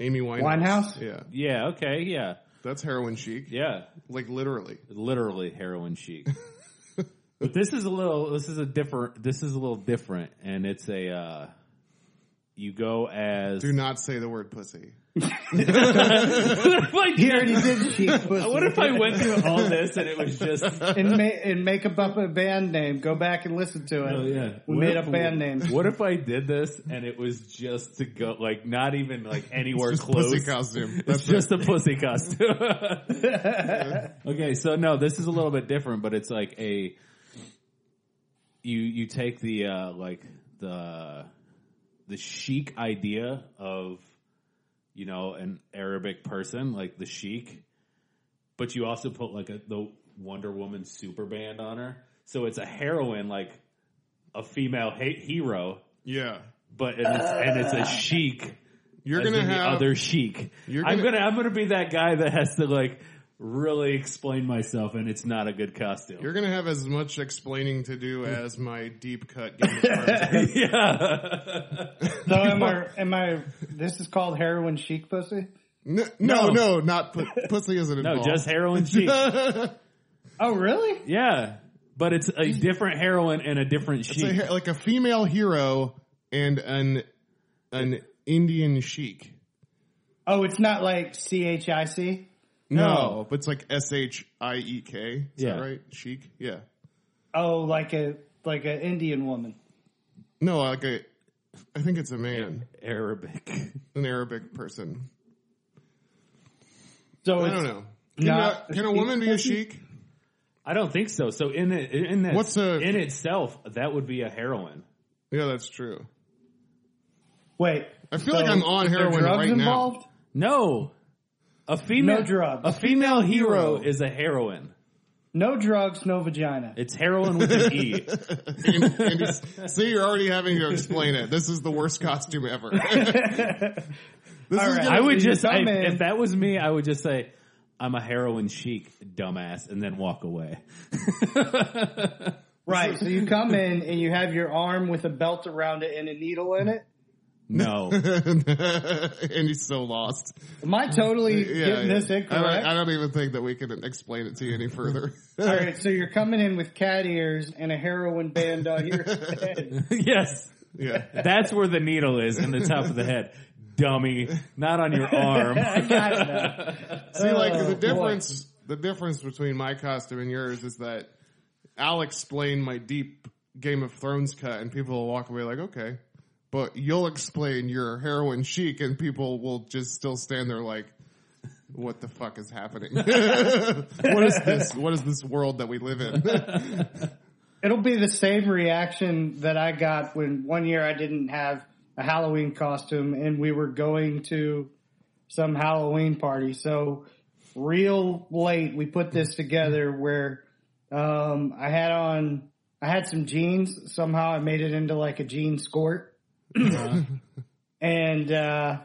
Speaker 2: Amy Winehouse.
Speaker 4: Winehouse?
Speaker 2: Yeah.
Speaker 3: yeah, okay, yeah,
Speaker 2: That's heroin chic.
Speaker 3: yeah,
Speaker 2: Like literally.
Speaker 3: literally heroin chic. but this is a little, this is a different, this is a little different, and it's a, uh, you go as,
Speaker 2: Do not say the word pussy.
Speaker 3: Like,
Speaker 4: He already did cheat pussy.
Speaker 3: what if I went through all this and it was just,
Speaker 4: and, ma- and make up a band name. Go back and listen to it.
Speaker 3: Oh, yeah.
Speaker 4: We
Speaker 3: What
Speaker 4: made
Speaker 3: if-
Speaker 4: up band names.
Speaker 3: what if I did this and it was just to go, like, not even like anywhere
Speaker 2: Just
Speaker 3: close?
Speaker 2: pussy costume.
Speaker 3: It's
Speaker 2: That's
Speaker 3: just a pussy costume. okay, so no, this is a little bit different, but it's like a you you take the uh like the the chic idea of you know an Arabic person like the chic, but you also put like a the Wonder Woman super band on her, so it's a heroine like a female ha- hero,
Speaker 2: yeah.
Speaker 3: but and it's, and it's a chic
Speaker 2: You're
Speaker 3: as
Speaker 2: gonna
Speaker 3: in the
Speaker 2: have
Speaker 3: other chic.
Speaker 2: You're
Speaker 3: I'm
Speaker 2: gonna-
Speaker 3: gonna I'm gonna be that guy that has to like really explain myself, and it's not a good costume.
Speaker 2: you're gonna have as much explaining to do
Speaker 3: Mm.
Speaker 2: as my deep cut Game of Thrones.
Speaker 3: yeah,
Speaker 4: So am I? Am I? This is called heroin chic pussy.
Speaker 2: No, no,
Speaker 3: No.
Speaker 2: no, not pu- pussy isn't
Speaker 3: no,
Speaker 2: involved.
Speaker 3: just heroin chic.
Speaker 4: Oh really?
Speaker 3: yeah, but it's a different heroin and a different
Speaker 2: It's a
Speaker 3: chic.
Speaker 2: he- like a female hero and an an Indian chic.
Speaker 4: Oh, it's not like C H I C.
Speaker 2: No, but it's like S H I E K. Is
Speaker 3: Yeah.
Speaker 2: that right? Chic. Yeah.
Speaker 4: Oh, like a like an Indian woman.
Speaker 2: No, like a. I think it's a man,
Speaker 3: Arabic.
Speaker 2: an Arabic person.
Speaker 4: So
Speaker 2: I
Speaker 4: it's
Speaker 2: don't know. Can,
Speaker 4: not-
Speaker 2: a, can a woman be a chic?
Speaker 3: I don't think so. So in it, in that,
Speaker 2: What's a-
Speaker 3: in itself that would be a heroin.
Speaker 2: Yeah, that's true.
Speaker 4: wait.
Speaker 2: I feel like I'm on
Speaker 4: is there
Speaker 2: heroin
Speaker 4: drugs
Speaker 2: right now.
Speaker 4: involved?
Speaker 3: No, a female
Speaker 4: No drugs.
Speaker 3: A female hero
Speaker 4: Hero.
Speaker 3: is a heroin.
Speaker 4: No drugs, no vagina.
Speaker 3: It's heroin with an E.
Speaker 2: And, and he's- see, you're already having to explain it. This is the worst costume ever. this is
Speaker 4: right.
Speaker 2: gonna-
Speaker 3: I would
Speaker 4: You're
Speaker 3: just
Speaker 4: dumb,
Speaker 3: I,
Speaker 4: man.
Speaker 3: if that was me, I would just say I'm a heroin chic dumbass and then walk away.
Speaker 4: Right. So you come in and you have your arm with a belt around it and a needle in it.
Speaker 3: No,
Speaker 2: and he's so lost.
Speaker 4: Am I totally
Speaker 2: Yeah,
Speaker 4: getting
Speaker 2: yeah.
Speaker 4: this
Speaker 2: I
Speaker 4: incorrect?
Speaker 2: don't, I don't even think that we can explain it to you any further.
Speaker 4: All right, so you're coming in with cat ears and a heroin band on your head.
Speaker 3: yes,
Speaker 2: yeah.
Speaker 3: that's where the needle is in the top of the head, dummy. Not on your arm.
Speaker 4: I got it now.
Speaker 2: See, like
Speaker 4: Oh,
Speaker 2: the
Speaker 4: boy.
Speaker 2: difference, the difference between my costume and yours is that I'll explain my deep Game of Thrones cut, and people will walk away like, okay. But you'll explain your heroin chic, and people will just still stand there like, what the fuck is happening? what is this? What is this world that we live in?
Speaker 4: it'll be the same reaction that I got when one year I didn't have a Halloween costume and we were going to some Halloween party. So real late we put this together where um, I had on I had some jeans. Somehow I made it into like a jean skirt and uh,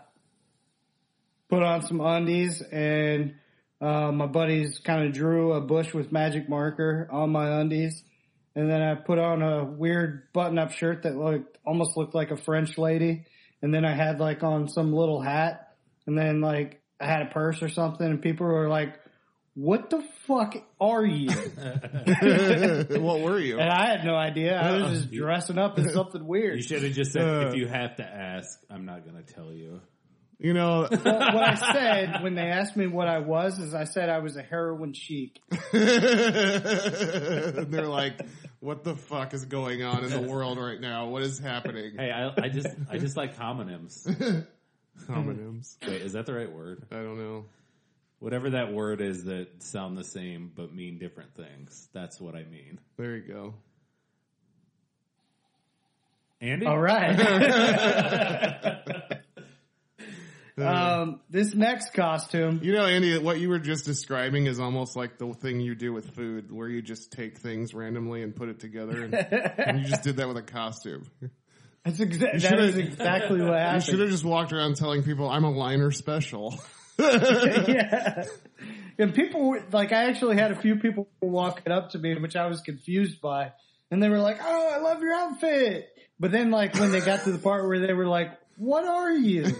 Speaker 4: put on some undies and uh, my buddies kind of drew a bush with magic marker on my undies and then I put on a weird button-up shirt that looked almost looked like a French lady, and then I had like on some little hat, and then like I had a purse or something, and people were like, "What the fuck are you?"
Speaker 2: what were you?
Speaker 4: and I had no idea. I was just dressing up as something
Speaker 3: You
Speaker 4: weird.
Speaker 3: should have just said,
Speaker 2: Uh.
Speaker 3: if you have to ask, I'm not going to tell you.
Speaker 2: You know,
Speaker 4: But what I said when they asked me what I was is I said I was a heroin chic.
Speaker 2: they're like, what the fuck is going on in the world right now? What is happening?
Speaker 3: Hey, I, I just I just like homonyms.
Speaker 2: Homonyms.
Speaker 3: Wait, is that the right word?
Speaker 2: I don't know.
Speaker 3: Whatever that word is that sound the same but mean different things. That's what I mean.
Speaker 2: There you go.
Speaker 3: Andy?
Speaker 4: All right. um, this next costume.
Speaker 2: You know, Andy, what you were just describing is almost like the thing you do with food, where you just take things randomly and put it together. And, and you just did that with a costume.
Speaker 4: That's exa- that
Speaker 2: should've-
Speaker 4: is exactly what
Speaker 2: You
Speaker 4: happened.
Speaker 2: should have just walked around telling people, I'm a liner special.
Speaker 4: yeah. And people were like, I actually had a few people walking up to me, which I was confused by, and they were like, "Oh, I love your outfit," but then like when they got to the part where they were like, "What are you?"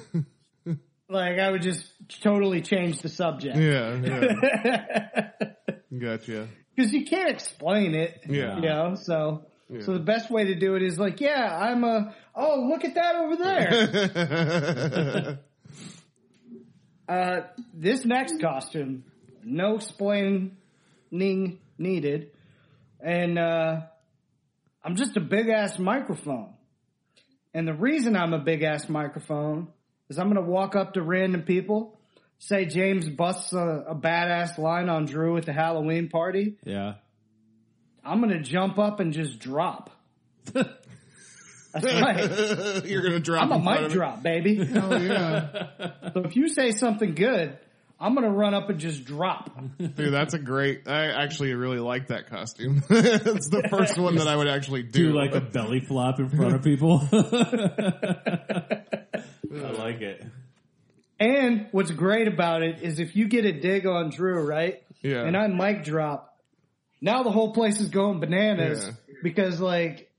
Speaker 4: like I would just totally change the subject
Speaker 2: yeah, yeah.
Speaker 4: because
Speaker 2: Gotcha.
Speaker 4: you can't explain it.
Speaker 2: Yeah.
Speaker 4: You know, so.
Speaker 2: Yeah.
Speaker 4: So the best way to do it is like, yeah, I'm a. Oh, look at that over there. Uh, this next costume, no explaining needed, and uh, I'm just a big ass microphone. And the reason I'm a big ass microphone is I'm gonna walk up to random people, say James busts a, a badass line on Drew at the Halloween party.
Speaker 3: yeah.
Speaker 4: I'm gonna jump up and just drop. That's right.
Speaker 2: You're gonna drop.
Speaker 4: I'm a
Speaker 2: in front
Speaker 4: mic
Speaker 2: of it.
Speaker 4: drop, baby.
Speaker 2: Oh yeah,
Speaker 4: So if you say something good, I'm gonna run up and just drop.
Speaker 2: dude, that's a great. I actually really like that costume. it's the first one that I would actually do.
Speaker 3: Do like a belly flop in front of people. I like it.
Speaker 4: And what's great about it is if you get a dig on Drew, right?
Speaker 2: Yeah.
Speaker 4: And I mic drop, now the whole place is going bananas
Speaker 2: Yeah.
Speaker 4: because like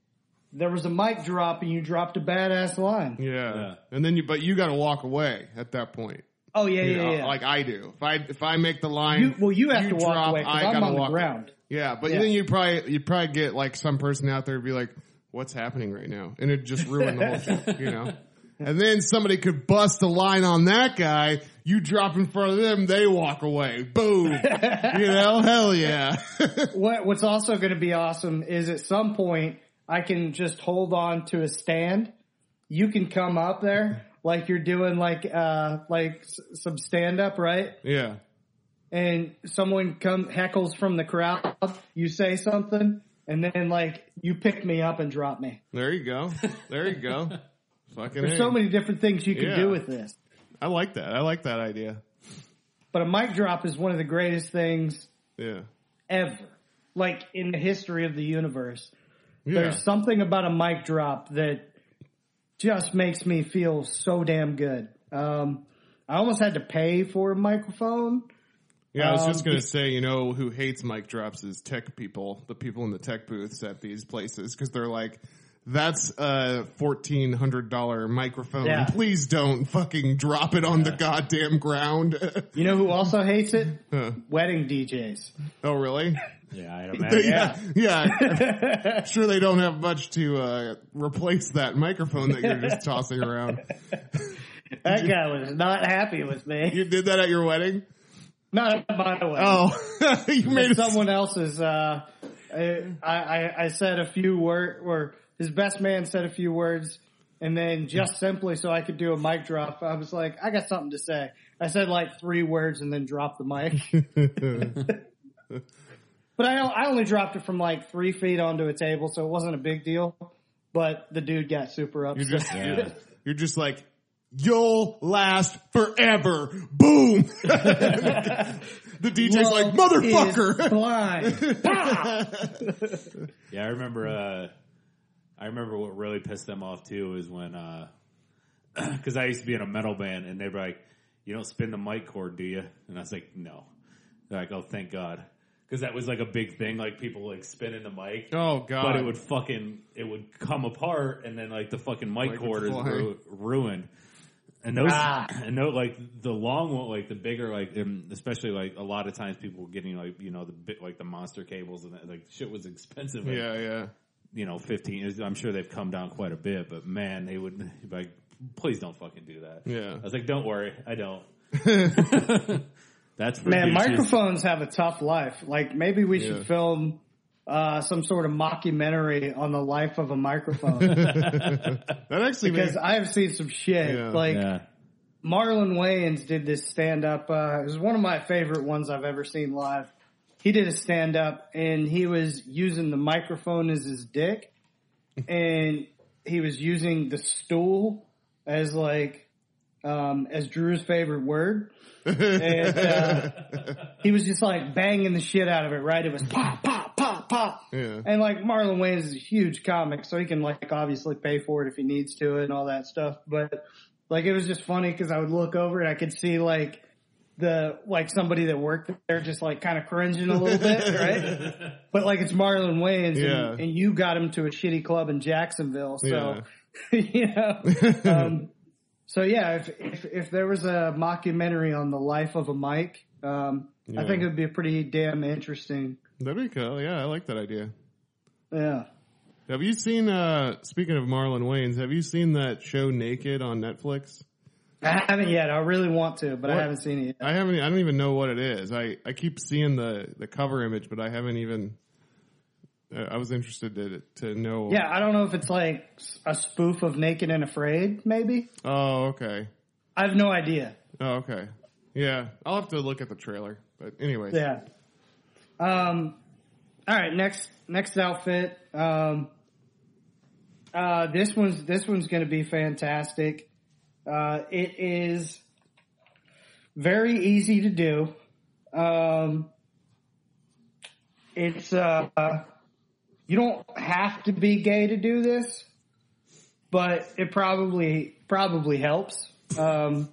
Speaker 4: there was a mic drop and you dropped a badass line.
Speaker 2: yeah.
Speaker 3: Yeah.
Speaker 2: and then you, but you got to walk away at that point.
Speaker 4: Oh yeah,
Speaker 2: You
Speaker 4: yeah,
Speaker 2: know,
Speaker 4: yeah.
Speaker 2: Like I do. If I if I make the line,
Speaker 4: You- well, you have to walk
Speaker 2: drop,
Speaker 4: away 'cause
Speaker 2: I
Speaker 4: I'm
Speaker 2: gotta
Speaker 4: on the
Speaker 2: walk-
Speaker 4: ground.
Speaker 2: Yeah, but
Speaker 4: Yeah.
Speaker 2: then you probably you probably get like some person out there would be like, "What's happening right now?" And it just ruined the whole show, you know. And then somebody could bust a line on that guy. You drop in front of them, they walk away. Boom. you know, hell yeah.
Speaker 4: what what's also going to be awesome is at some point I can just hold on to a stand. You can come up there like you're doing like uh like s- some stand up, right?
Speaker 2: yeah.
Speaker 4: and someone come heckles from the crowd, you say something, and then like you pick me up and drop me.
Speaker 2: There you go. There you go. Fucking
Speaker 4: There's
Speaker 2: A.
Speaker 4: so many different things you can
Speaker 2: Yeah.
Speaker 4: do with this.
Speaker 2: I like that. I like that idea.
Speaker 4: But a mic drop is one of the greatest things
Speaker 2: Yeah.
Speaker 4: ever. Like in the history of the universe.
Speaker 2: Yeah.
Speaker 4: There's something about a mic drop that just makes me feel so damn good. Um I almost had to pay for a microphone.
Speaker 2: Yeah, I was
Speaker 4: Um,
Speaker 2: just gonna say, you know, who hates mic drops is tech people, the people in the tech booths at these places, because they're like, "That's a fourteen hundred dollar microphone.
Speaker 4: Yeah.
Speaker 2: Please don't fucking drop it on the goddamn ground."
Speaker 4: You know who also hates it?
Speaker 2: Huh.
Speaker 4: Wedding DJs.
Speaker 2: oh, really?
Speaker 3: Yeah, I
Speaker 2: yeah, yeah. I'm sure, they don't have much to uh, replace that microphone that you're just tossing around.
Speaker 4: That guy was not happy with me.
Speaker 2: You did that at your wedding?
Speaker 4: Not at my wedding.
Speaker 2: Oh, you made
Speaker 4: At
Speaker 2: it.
Speaker 4: someone else's. Uh, I, I I said a few words, or his best man said a few words, and then just simply so I could do a mic drop, I was like, I got something to say. I said like three words and then dropped the mic. But I I only dropped it from like three feet onto a table, so it wasn't a big deal. But the dude got super
Speaker 2: You're
Speaker 4: upset.
Speaker 2: just
Speaker 3: Yeah.
Speaker 2: you're, you're just like you'll last forever. Boom. the DJ's like
Speaker 4: Love is
Speaker 2: motherfucker.
Speaker 4: blind.
Speaker 3: Yeah, I remember. Uh, I remember what really pissed them off too is when because I used to be in a metal band and they were like, "You don't spin the mic cord, do you?" And I was like, "No." They're like, "Oh, thank God," because that was like a big thing, like people like spinning the mic.
Speaker 2: Oh god.
Speaker 3: But it would fucking it would come apart, and then like the fucking mic
Speaker 2: Like,
Speaker 3: cord
Speaker 2: it's
Speaker 3: is
Speaker 2: flying.
Speaker 3: ru- ruined. And those,
Speaker 4: Ah.
Speaker 3: and no, like the long one, like the bigger, like um, especially like a lot of times people were getting like you know the bit like the monster cables and that, like shit was expensive. Like,
Speaker 2: yeah, yeah.
Speaker 3: you know, 15, I'm sure they've come down quite a bit, but man, they would be like, please don't fucking do that.
Speaker 2: Yeah.
Speaker 3: I was like, don't worry, I don't. That's for
Speaker 4: Man,
Speaker 3: douches.
Speaker 4: microphones have a tough life. Like maybe we
Speaker 2: Yeah.
Speaker 4: should film uh, some sort of mockumentary on the life of a microphone
Speaker 2: That actually
Speaker 4: because
Speaker 2: makes
Speaker 4: I've seen some shit.
Speaker 2: Yeah.
Speaker 4: like
Speaker 3: Yeah.
Speaker 4: Marlon Wayans did this stand up. Uh, it was one of my favorite ones I've ever seen live. He did a stand up and he was using the microphone as his dick and he was using the stool as like, um, as Drew's favorite word. And, uh, he was just like banging the shit out of it, right? It was pop, pop, pop, pop.
Speaker 2: Yeah.
Speaker 4: And like Marlon Wayans is a huge comic, so he can like obviously pay for it if he needs to and all that stuff. But like it was just funny because I would look over and I could see like the like somebody that worked there just like kind of cringing a little bit, right? But like it's Marlon Wayans,
Speaker 2: Yeah.
Speaker 4: and, and you got him to a shitty club in Jacksonville, so
Speaker 2: Yeah.
Speaker 4: you know. Um, so yeah, if, if if there was a mockumentary on the life of a mic, um,
Speaker 2: Yeah.
Speaker 4: I think it would be pretty damn interesting.
Speaker 2: that'd be cool. Yeah, I like that idea.
Speaker 4: Yeah.
Speaker 2: Have you seen uh speaking of Marlon Wayans, have you seen that show Naked on Netflix?
Speaker 4: I haven't yet. I really want to, but
Speaker 2: What?
Speaker 4: I haven't seen it yet.
Speaker 2: I haven't I don't even know what it is. I I keep seeing the the cover image, but I haven't even I I was interested to to know.
Speaker 4: Yeah, I don't know if it's like s- a spoof of Naked and Afraid, maybe.
Speaker 2: Oh, okay.
Speaker 4: I have no idea.
Speaker 2: Oh, okay. Yeah, I'll have to look at the trailer. But anyways,
Speaker 4: Yeah. Um, all right, next next outfit. Um, uh, this one's this one's going to be fantastic. Uh, it is very easy to do. Um, it's uh, you don't have to be gay to do this, but it probably probably helps. Um,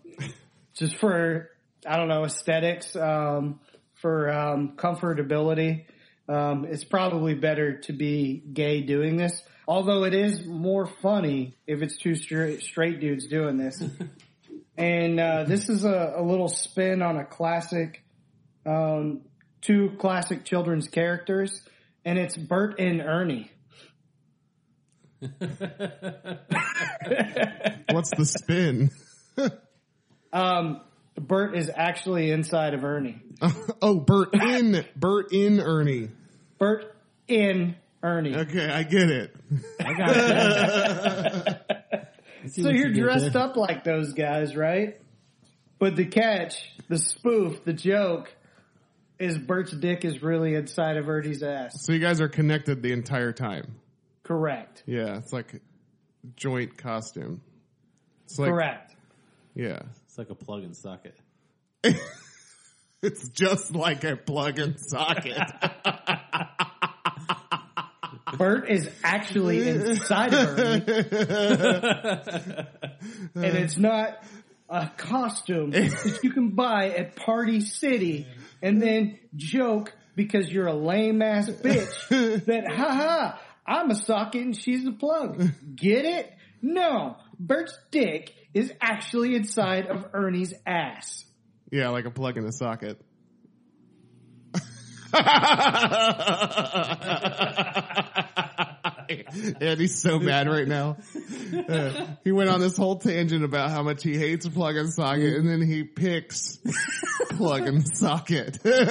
Speaker 4: just for I don't know aesthetics, um, for um, comfortability. Um, it's probably better to be gay doing this, although it is more funny if it's two straight, straight dudes doing this. and uh, this is a, a little spin on a classic, um, two classic children's characters, and it's Bert and Ernie.
Speaker 2: what's the spin?
Speaker 4: Um, Bert is actually inside of Ernie.
Speaker 2: oh, Bert in Bert in Ernie.
Speaker 4: Bert in Ernie.
Speaker 2: Okay, I get it.
Speaker 5: I got it. I see
Speaker 4: So
Speaker 5: what
Speaker 4: you're
Speaker 5: you did
Speaker 4: dressed
Speaker 5: there.
Speaker 4: up like those guys, right? But the catch, the spoof, the joke is Bert's dick is really inside of Ernie's ass.
Speaker 2: So you guys are connected the entire time.
Speaker 4: Correct.
Speaker 2: Yeah, it's like joint costume. It's like
Speaker 4: Correct.
Speaker 2: yeah.
Speaker 3: It's like a plug and socket.
Speaker 2: It's just like a plug and socket.
Speaker 4: Bert is actually inside of Ernie. and it's not a costume that you can buy at Party City and then joke because you're a lame ass bitch that, haha, I'm a socket and she's a plug. Get it? No. Bert's dick is actually inside of Ernie's ass.
Speaker 2: yeah, like a plug in a socket. And he's so mad right now. Uh, he went on this whole tangent about how much he hates plug and socket, and then he picks plug and socket.
Speaker 4: Bert's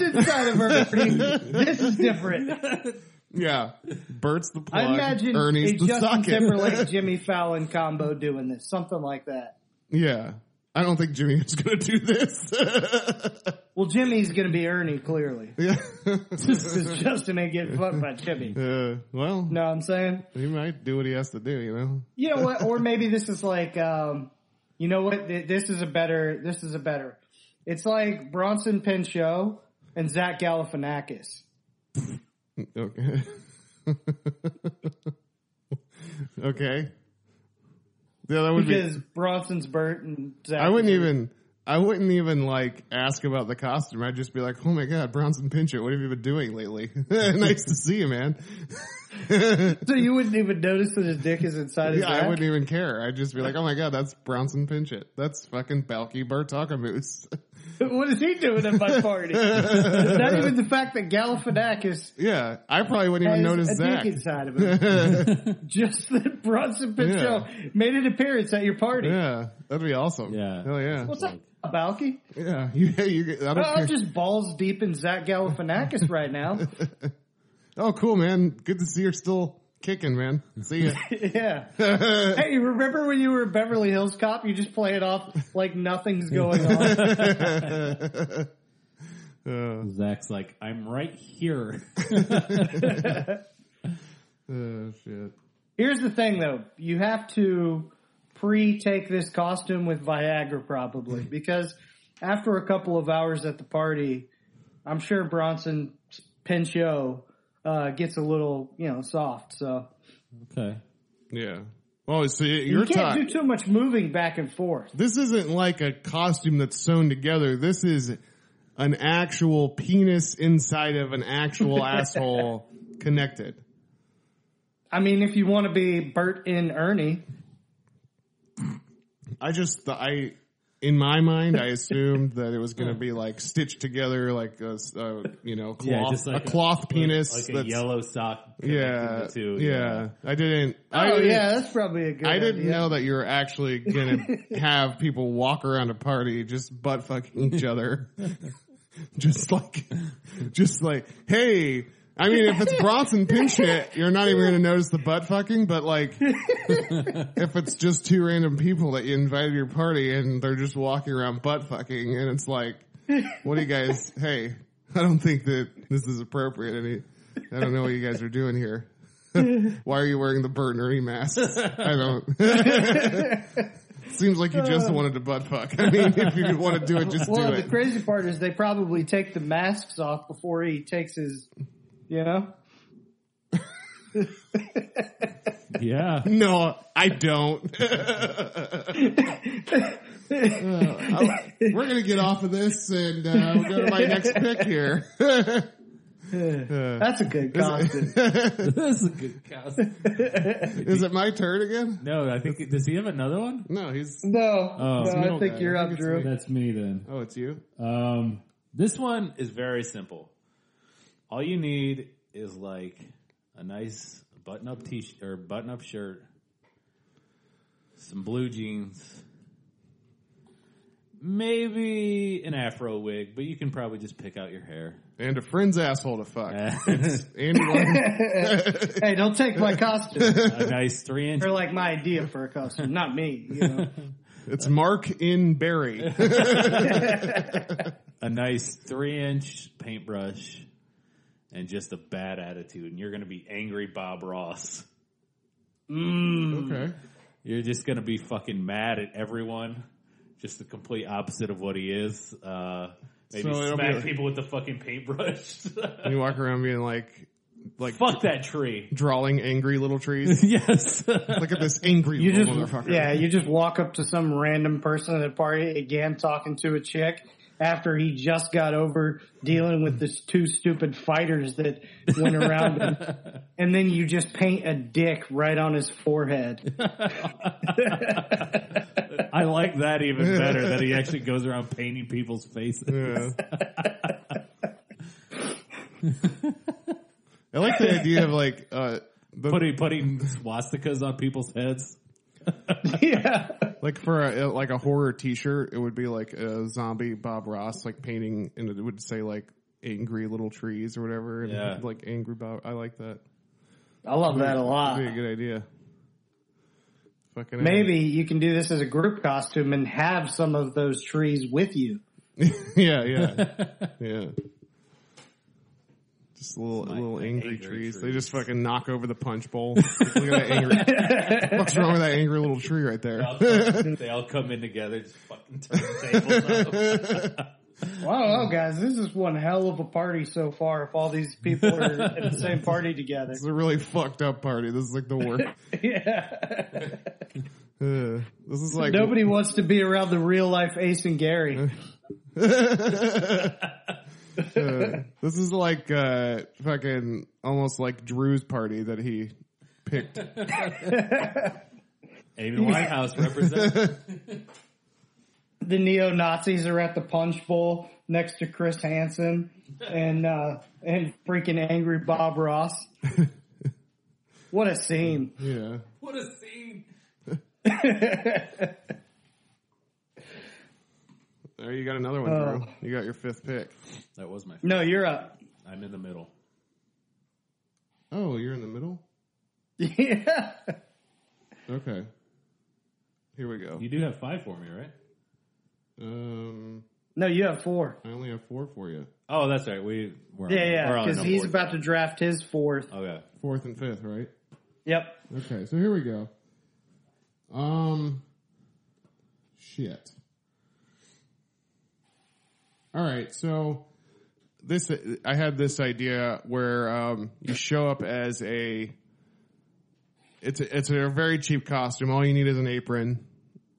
Speaker 4: inside of Ernie. this is different.
Speaker 2: yeah, Bert's the plug.
Speaker 4: I imagine
Speaker 2: Ernie's
Speaker 4: a
Speaker 2: the
Speaker 4: Justin
Speaker 2: socket.
Speaker 4: Timberlake, Jimmy Fallon combo doing this, something like that.
Speaker 2: yeah, I don't think Jimmy is going to do this.
Speaker 4: Well, Well, Jimmy's going to be Ernie, clearly.
Speaker 2: Yeah.
Speaker 4: Because Justin ain't getting fucked by Jimmy.
Speaker 2: uh, well,
Speaker 4: Know what I'm saying?
Speaker 2: he might do what he has to do, you know?
Speaker 4: You know what? Or maybe this is like, um, you know what? Th- This is a better, this is a better. It's like Bronson Pinchot and Zach Galifianakis.
Speaker 2: Okay. okay. Yeah, that would
Speaker 4: Because
Speaker 2: be.
Speaker 4: Bronson's burnt and Zach.
Speaker 2: I wouldn't even. I wouldn't even like ask about the costume. I'd just be like, "Oh my god, Bronson Pinchot, what have you been doing lately? nice to see you, man."
Speaker 4: So you wouldn't even notice that his dick is inside his
Speaker 2: Yeah,
Speaker 4: back?
Speaker 2: I wouldn't even care. I'd just be like, "Oh my god, that's Bronson Pinchot. That's fucking Balky Bartakamoose."
Speaker 4: What is he doing at my party? Not even the fact that Galifianakis
Speaker 2: yeah, I probably wouldn't
Speaker 4: has
Speaker 2: even notice
Speaker 4: a
Speaker 2: Zach.
Speaker 4: dick inside of him. Just that Bronson Pinchot made an appearance at your party.
Speaker 2: yeah, that'd be awesome.
Speaker 3: Yeah.
Speaker 2: hell yeah,
Speaker 4: What's up, Balky?
Speaker 2: yeah. You, you, I don't
Speaker 4: Oh, I'm
Speaker 2: care.
Speaker 4: just balls deep in Zach Galifianakis right now.
Speaker 2: Oh, cool, man. Good to see you're still kicking, man. See ya.
Speaker 4: Yeah. Hey, remember when you were a Beverly Hills Cop? You just play it off like nothing's going on.
Speaker 3: Zach's like, I'm right here.
Speaker 4: Uh,
Speaker 2: oh, shit.
Speaker 4: Here's the thing, though. You have to pre-take this costume with Viagra, probably, because after a couple of hours at the party, I'm sure Bronson Pinchot uh, gets a little, you know, soft. So
Speaker 3: okay.
Speaker 2: Yeah. Oh, so
Speaker 4: you
Speaker 2: you're
Speaker 4: can't
Speaker 2: talking.
Speaker 4: do too much moving back and forth.
Speaker 2: this isn't like a costume that's sewn together. This is an actual penis inside of an actual asshole connected.
Speaker 4: I mean, if you want to be Bert and Ernie,
Speaker 2: I just, I, in my mind, I assumed that it was going
Speaker 4: Oh.
Speaker 2: to be like stitched together, like a, s- uh, you know, cloth,
Speaker 3: just like
Speaker 2: a cloth penis.
Speaker 3: Like a
Speaker 2: that's-
Speaker 3: yellow sock. connecting
Speaker 2: Yeah,
Speaker 3: the two.
Speaker 2: yeah. I didn't. I
Speaker 4: oh
Speaker 2: didn't-
Speaker 4: yeah, that's probably a good.
Speaker 2: I didn't
Speaker 4: idea.
Speaker 2: know that you were actually gonna have people walk around a party just butt fucking each other. just like, just like, hey, I mean, if it's Bronson Pinchot, you're not even gonna notice the butt fucking, but like, if it's just two random people that you invited to your party and they're just walking around butt fucking and it's like, what do you guys, hey, I don't think that this is appropriate any, I don't know what you guys are doing here. Why are you wearing the Bert and Ernie masks? I don't. Seems like you just wanted to butt fuck. I mean, if you want to do it, just
Speaker 4: Well,
Speaker 2: do
Speaker 4: the
Speaker 2: it.
Speaker 4: crazy part is they probably take the masks off before he takes his, you know.
Speaker 3: Yeah.
Speaker 2: no, I don't. Uh, I- we're gonna get off of this and uh, we'll go to my next pick here. Uh,
Speaker 4: That's a good costume.
Speaker 3: That's a good cast.
Speaker 2: Is it my turn again?
Speaker 3: No, I think, does he have another one?
Speaker 2: No, he's.
Speaker 4: No,
Speaker 3: Oh. It's
Speaker 4: no, I
Speaker 2: middle
Speaker 4: think
Speaker 2: guy.
Speaker 4: you're
Speaker 2: I
Speaker 4: up,
Speaker 2: think it's
Speaker 4: Drew.
Speaker 3: That's me then.
Speaker 2: Oh, it's you.
Speaker 3: Um, this one is very simple. All you need is like a nice button-up t or button-up shirt, some blue jeans, maybe an afro wig, but you can probably just pick out your hair.
Speaker 2: And a friend's asshole to fuck.
Speaker 3: a
Speaker 2: Andy Lang-
Speaker 4: Hey, don't take my costume
Speaker 3: nice three-inch
Speaker 4: or like my idea for a costume, not me. You know,
Speaker 2: it's Mark in Barry.
Speaker 3: a nice three inch paintbrush and just a bad attitude and you're going to be angry bob ross
Speaker 2: okay.
Speaker 3: you're just going to be fucking mad at everyone just the complete opposite of what he is uh maybe
Speaker 2: So it'll be-
Speaker 3: smack people with the fucking paintbrush
Speaker 2: And you walk around being like, like
Speaker 3: fuck that tree
Speaker 2: drawing angry little trees.
Speaker 3: yes
Speaker 2: Look at this angry
Speaker 4: you
Speaker 2: little
Speaker 4: just
Speaker 2: motherfucker.
Speaker 4: yeah, you just walk up to some random person at a party again, talking to a chick. After he just got over dealing with this two stupid fighters that went around him, and then you just paint a dick right on his forehead.
Speaker 3: i like that even better that he actually goes around painting people's faces
Speaker 2: Yeah. I like the idea of like uh, the,
Speaker 3: putting putting swastikas on people's heads
Speaker 4: yeah.
Speaker 2: like for a, like a horror T-shirt, it would be like a zombie Bob Ross like painting, and it would say like angry little trees or whatever, and
Speaker 3: Yeah.
Speaker 2: like angry Bob. I like that.
Speaker 4: I love that a lot.
Speaker 2: That'd be a good idea. Fucking A.
Speaker 4: Maybe you can do this as a group costume and have some of those trees with you.
Speaker 2: yeah, yeah, yeah. Just little
Speaker 3: My-
Speaker 2: little
Speaker 3: my
Speaker 2: angry,
Speaker 3: angry
Speaker 2: trees. They
Speaker 3: trees.
Speaker 2: just fucking knock over the punch bowl. Look at that angry. What's wrong with that angry little tree right there?
Speaker 3: they all come in together, just fucking turn the tables up.
Speaker 4: Well, I don't know, guys. This is one hell of a party so far. If all these people are at the same party together,
Speaker 2: It's a really fucked up party. This is like the worst.
Speaker 4: yeah.
Speaker 2: Uh, this is like
Speaker 4: Nobody wants to be around the real life Ace and Gary.
Speaker 2: Uh, this is like uh, fucking almost like Drew's party that he picked.
Speaker 3: Amy Winehouse represents.
Speaker 4: The neo Nazis are at the punch bowl next to Chris Hansen and uh, and freaking angry Bob Ross. What a scene!
Speaker 2: Yeah.
Speaker 3: what a scene!
Speaker 2: There you got another one, Drew. You got your fifth pick.
Speaker 3: That was my.
Speaker 4: No, you're up.
Speaker 3: I'm in the middle.
Speaker 2: Oh, you're in the middle.
Speaker 4: Yeah.
Speaker 2: Okay. Here we go.
Speaker 3: You do have five for me, right?
Speaker 2: Um,
Speaker 4: No, you have four.
Speaker 2: I only have four for you.
Speaker 3: Oh, that's right. We were
Speaker 4: Yeah,
Speaker 3: we're
Speaker 4: yeah.
Speaker 3: on
Speaker 4: Because
Speaker 3: number
Speaker 4: he's
Speaker 3: one.
Speaker 4: about to draft his fourth.
Speaker 3: Okay.
Speaker 2: Fourth and fifth, right?
Speaker 4: Yep.
Speaker 2: Okay, so here we go. Um, shit. All right, so this I had this idea where um, you show up as a. It's a, it's a very cheap costume. All you need is an apron,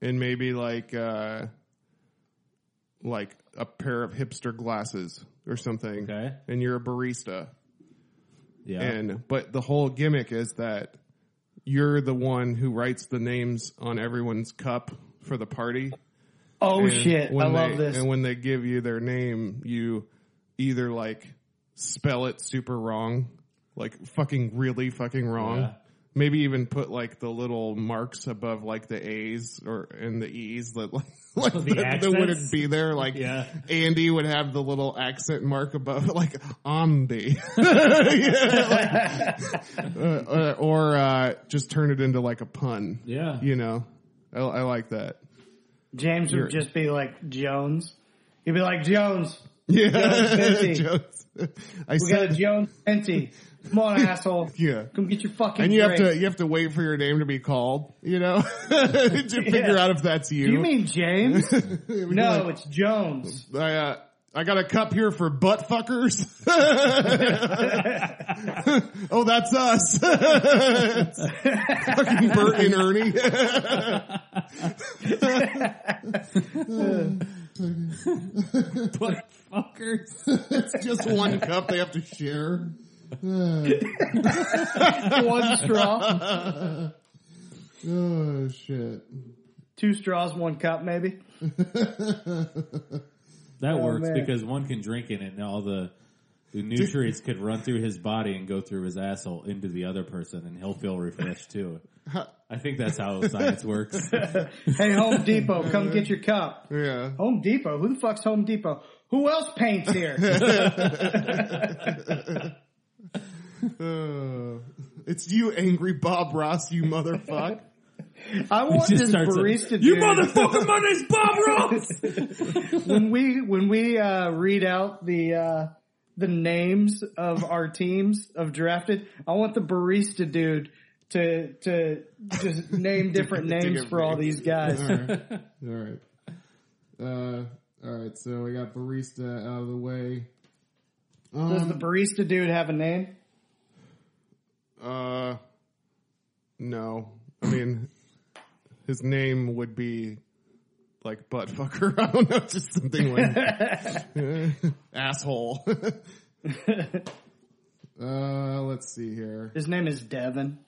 Speaker 2: and maybe like uh, like a pair of hipster glasses or something.
Speaker 3: Okay.
Speaker 2: And you're a barista.
Speaker 3: Yeah.
Speaker 2: And but the whole gimmick is that you're the one who writes the names on everyone's cup for the party.
Speaker 4: Oh
Speaker 2: And
Speaker 4: shit! I
Speaker 2: when they-
Speaker 4: love this.
Speaker 2: And when they give you their name, you either like spell it super wrong, like fucking really fucking wrong.
Speaker 3: Yeah.
Speaker 2: Maybe even put like the little marks above like the A's or and the E's that like, like
Speaker 3: The
Speaker 2: that, that wouldn't
Speaker 3: accents?
Speaker 2: be there. Like
Speaker 3: Yeah.
Speaker 2: Andy would have the little accent mark above it, like Andy. Yeah, like, uh, or uh, just turn it into like a pun.
Speaker 3: yeah.
Speaker 2: You know, I, I like that.
Speaker 4: James
Speaker 2: You're-
Speaker 4: would just be like Jones. He'd be like Jones.
Speaker 2: Yeah,
Speaker 4: Jones
Speaker 2: Jones. I
Speaker 4: We got a
Speaker 2: said,
Speaker 4: Jones Fenty. Come on, asshole.
Speaker 2: yeah.
Speaker 4: Come get your fucking.
Speaker 2: And you have
Speaker 4: drink.
Speaker 2: to you have to wait for your name to be called, you know, to figure out if that's you.
Speaker 4: Do you mean James?
Speaker 2: You'd be
Speaker 4: no,
Speaker 2: like,
Speaker 4: it's Jones.
Speaker 2: I, uh, I got a cup here for butt fuckers. oh, that's us. It's fucking Bert and Ernie.
Speaker 3: But fuckers.
Speaker 2: it's just one cup they have to share.
Speaker 4: One straw,
Speaker 2: Oh shit.
Speaker 4: two straws, one cup, maybe.
Speaker 3: That works
Speaker 4: Oh, man.
Speaker 3: because one can drink in it, and all the the nutrients could run through his body and go through his asshole into the other person, and he'll feel refreshed too. I think that's how science works.
Speaker 4: Hey, Home Depot, come get your cup.
Speaker 2: Yeah.
Speaker 4: Home Depot. Who the fuck's Home Depot? Who else paints here?
Speaker 2: Uh, it's you, angry Bob Ross, you motherfucker.
Speaker 4: I want
Speaker 3: Just
Speaker 4: this
Speaker 3: starts a-
Speaker 4: barista.
Speaker 3: you
Speaker 4: dude-
Speaker 3: motherfucker, my name's Bob Ross.
Speaker 4: when we when we uh, read out the uh, the names of our teams of drafted, I want the barista dude to to just name different
Speaker 2: Take
Speaker 4: names
Speaker 2: a
Speaker 4: for all
Speaker 2: break.
Speaker 4: these guys.
Speaker 2: All right. All right. Uh, all right. So we got barista out of the way. Um,
Speaker 4: Does the barista dude have a name?
Speaker 2: Uh, no. I mean, his name would be like buttfucker. I don't know, just something like asshole. uh, let's see here.
Speaker 4: His name is Devin.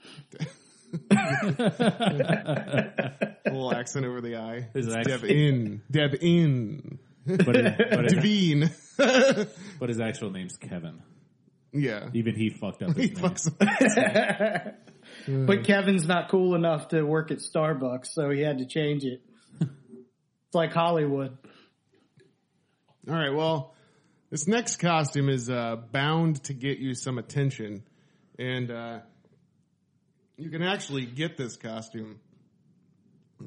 Speaker 2: little accent over the eye.
Speaker 3: His
Speaker 2: It's
Speaker 3: accent.
Speaker 2: Dev in. Dev in.
Speaker 3: But his, but, his,
Speaker 2: Devine.
Speaker 3: but his actual name's Kevin.
Speaker 2: yeah.
Speaker 3: Even he fucked up his
Speaker 2: He
Speaker 3: name.
Speaker 2: fucks
Speaker 4: But Kevin's not cool enough to work at Starbucks, so he had to change it. It's like Hollywood.
Speaker 2: All right. Well, this next costume is uh, bound to get you some attention, and uh, you can actually get this costume.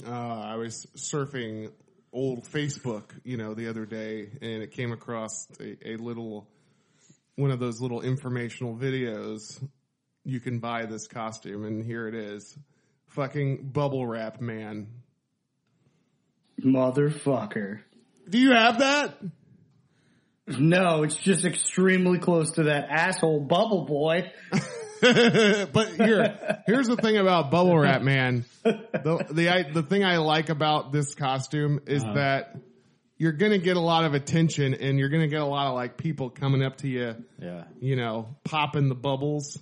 Speaker 2: Uh, I was surfing old Facebook, you know, the other day, and it came across a, a little one of those little informational videos. You can buy this costume, and here it is. Fucking bubble wrap man.
Speaker 4: Motherfucker.
Speaker 2: Do you have that?
Speaker 4: No, it's just extremely close to that asshole bubble boy.
Speaker 2: but here, here's the thing about bubble wrap man. The the I, the thing I like about this costume is that you're gonna get a lot of attention, and you're gonna get a lot of like people coming up to you,
Speaker 3: Yeah.
Speaker 2: you know, popping the bubbles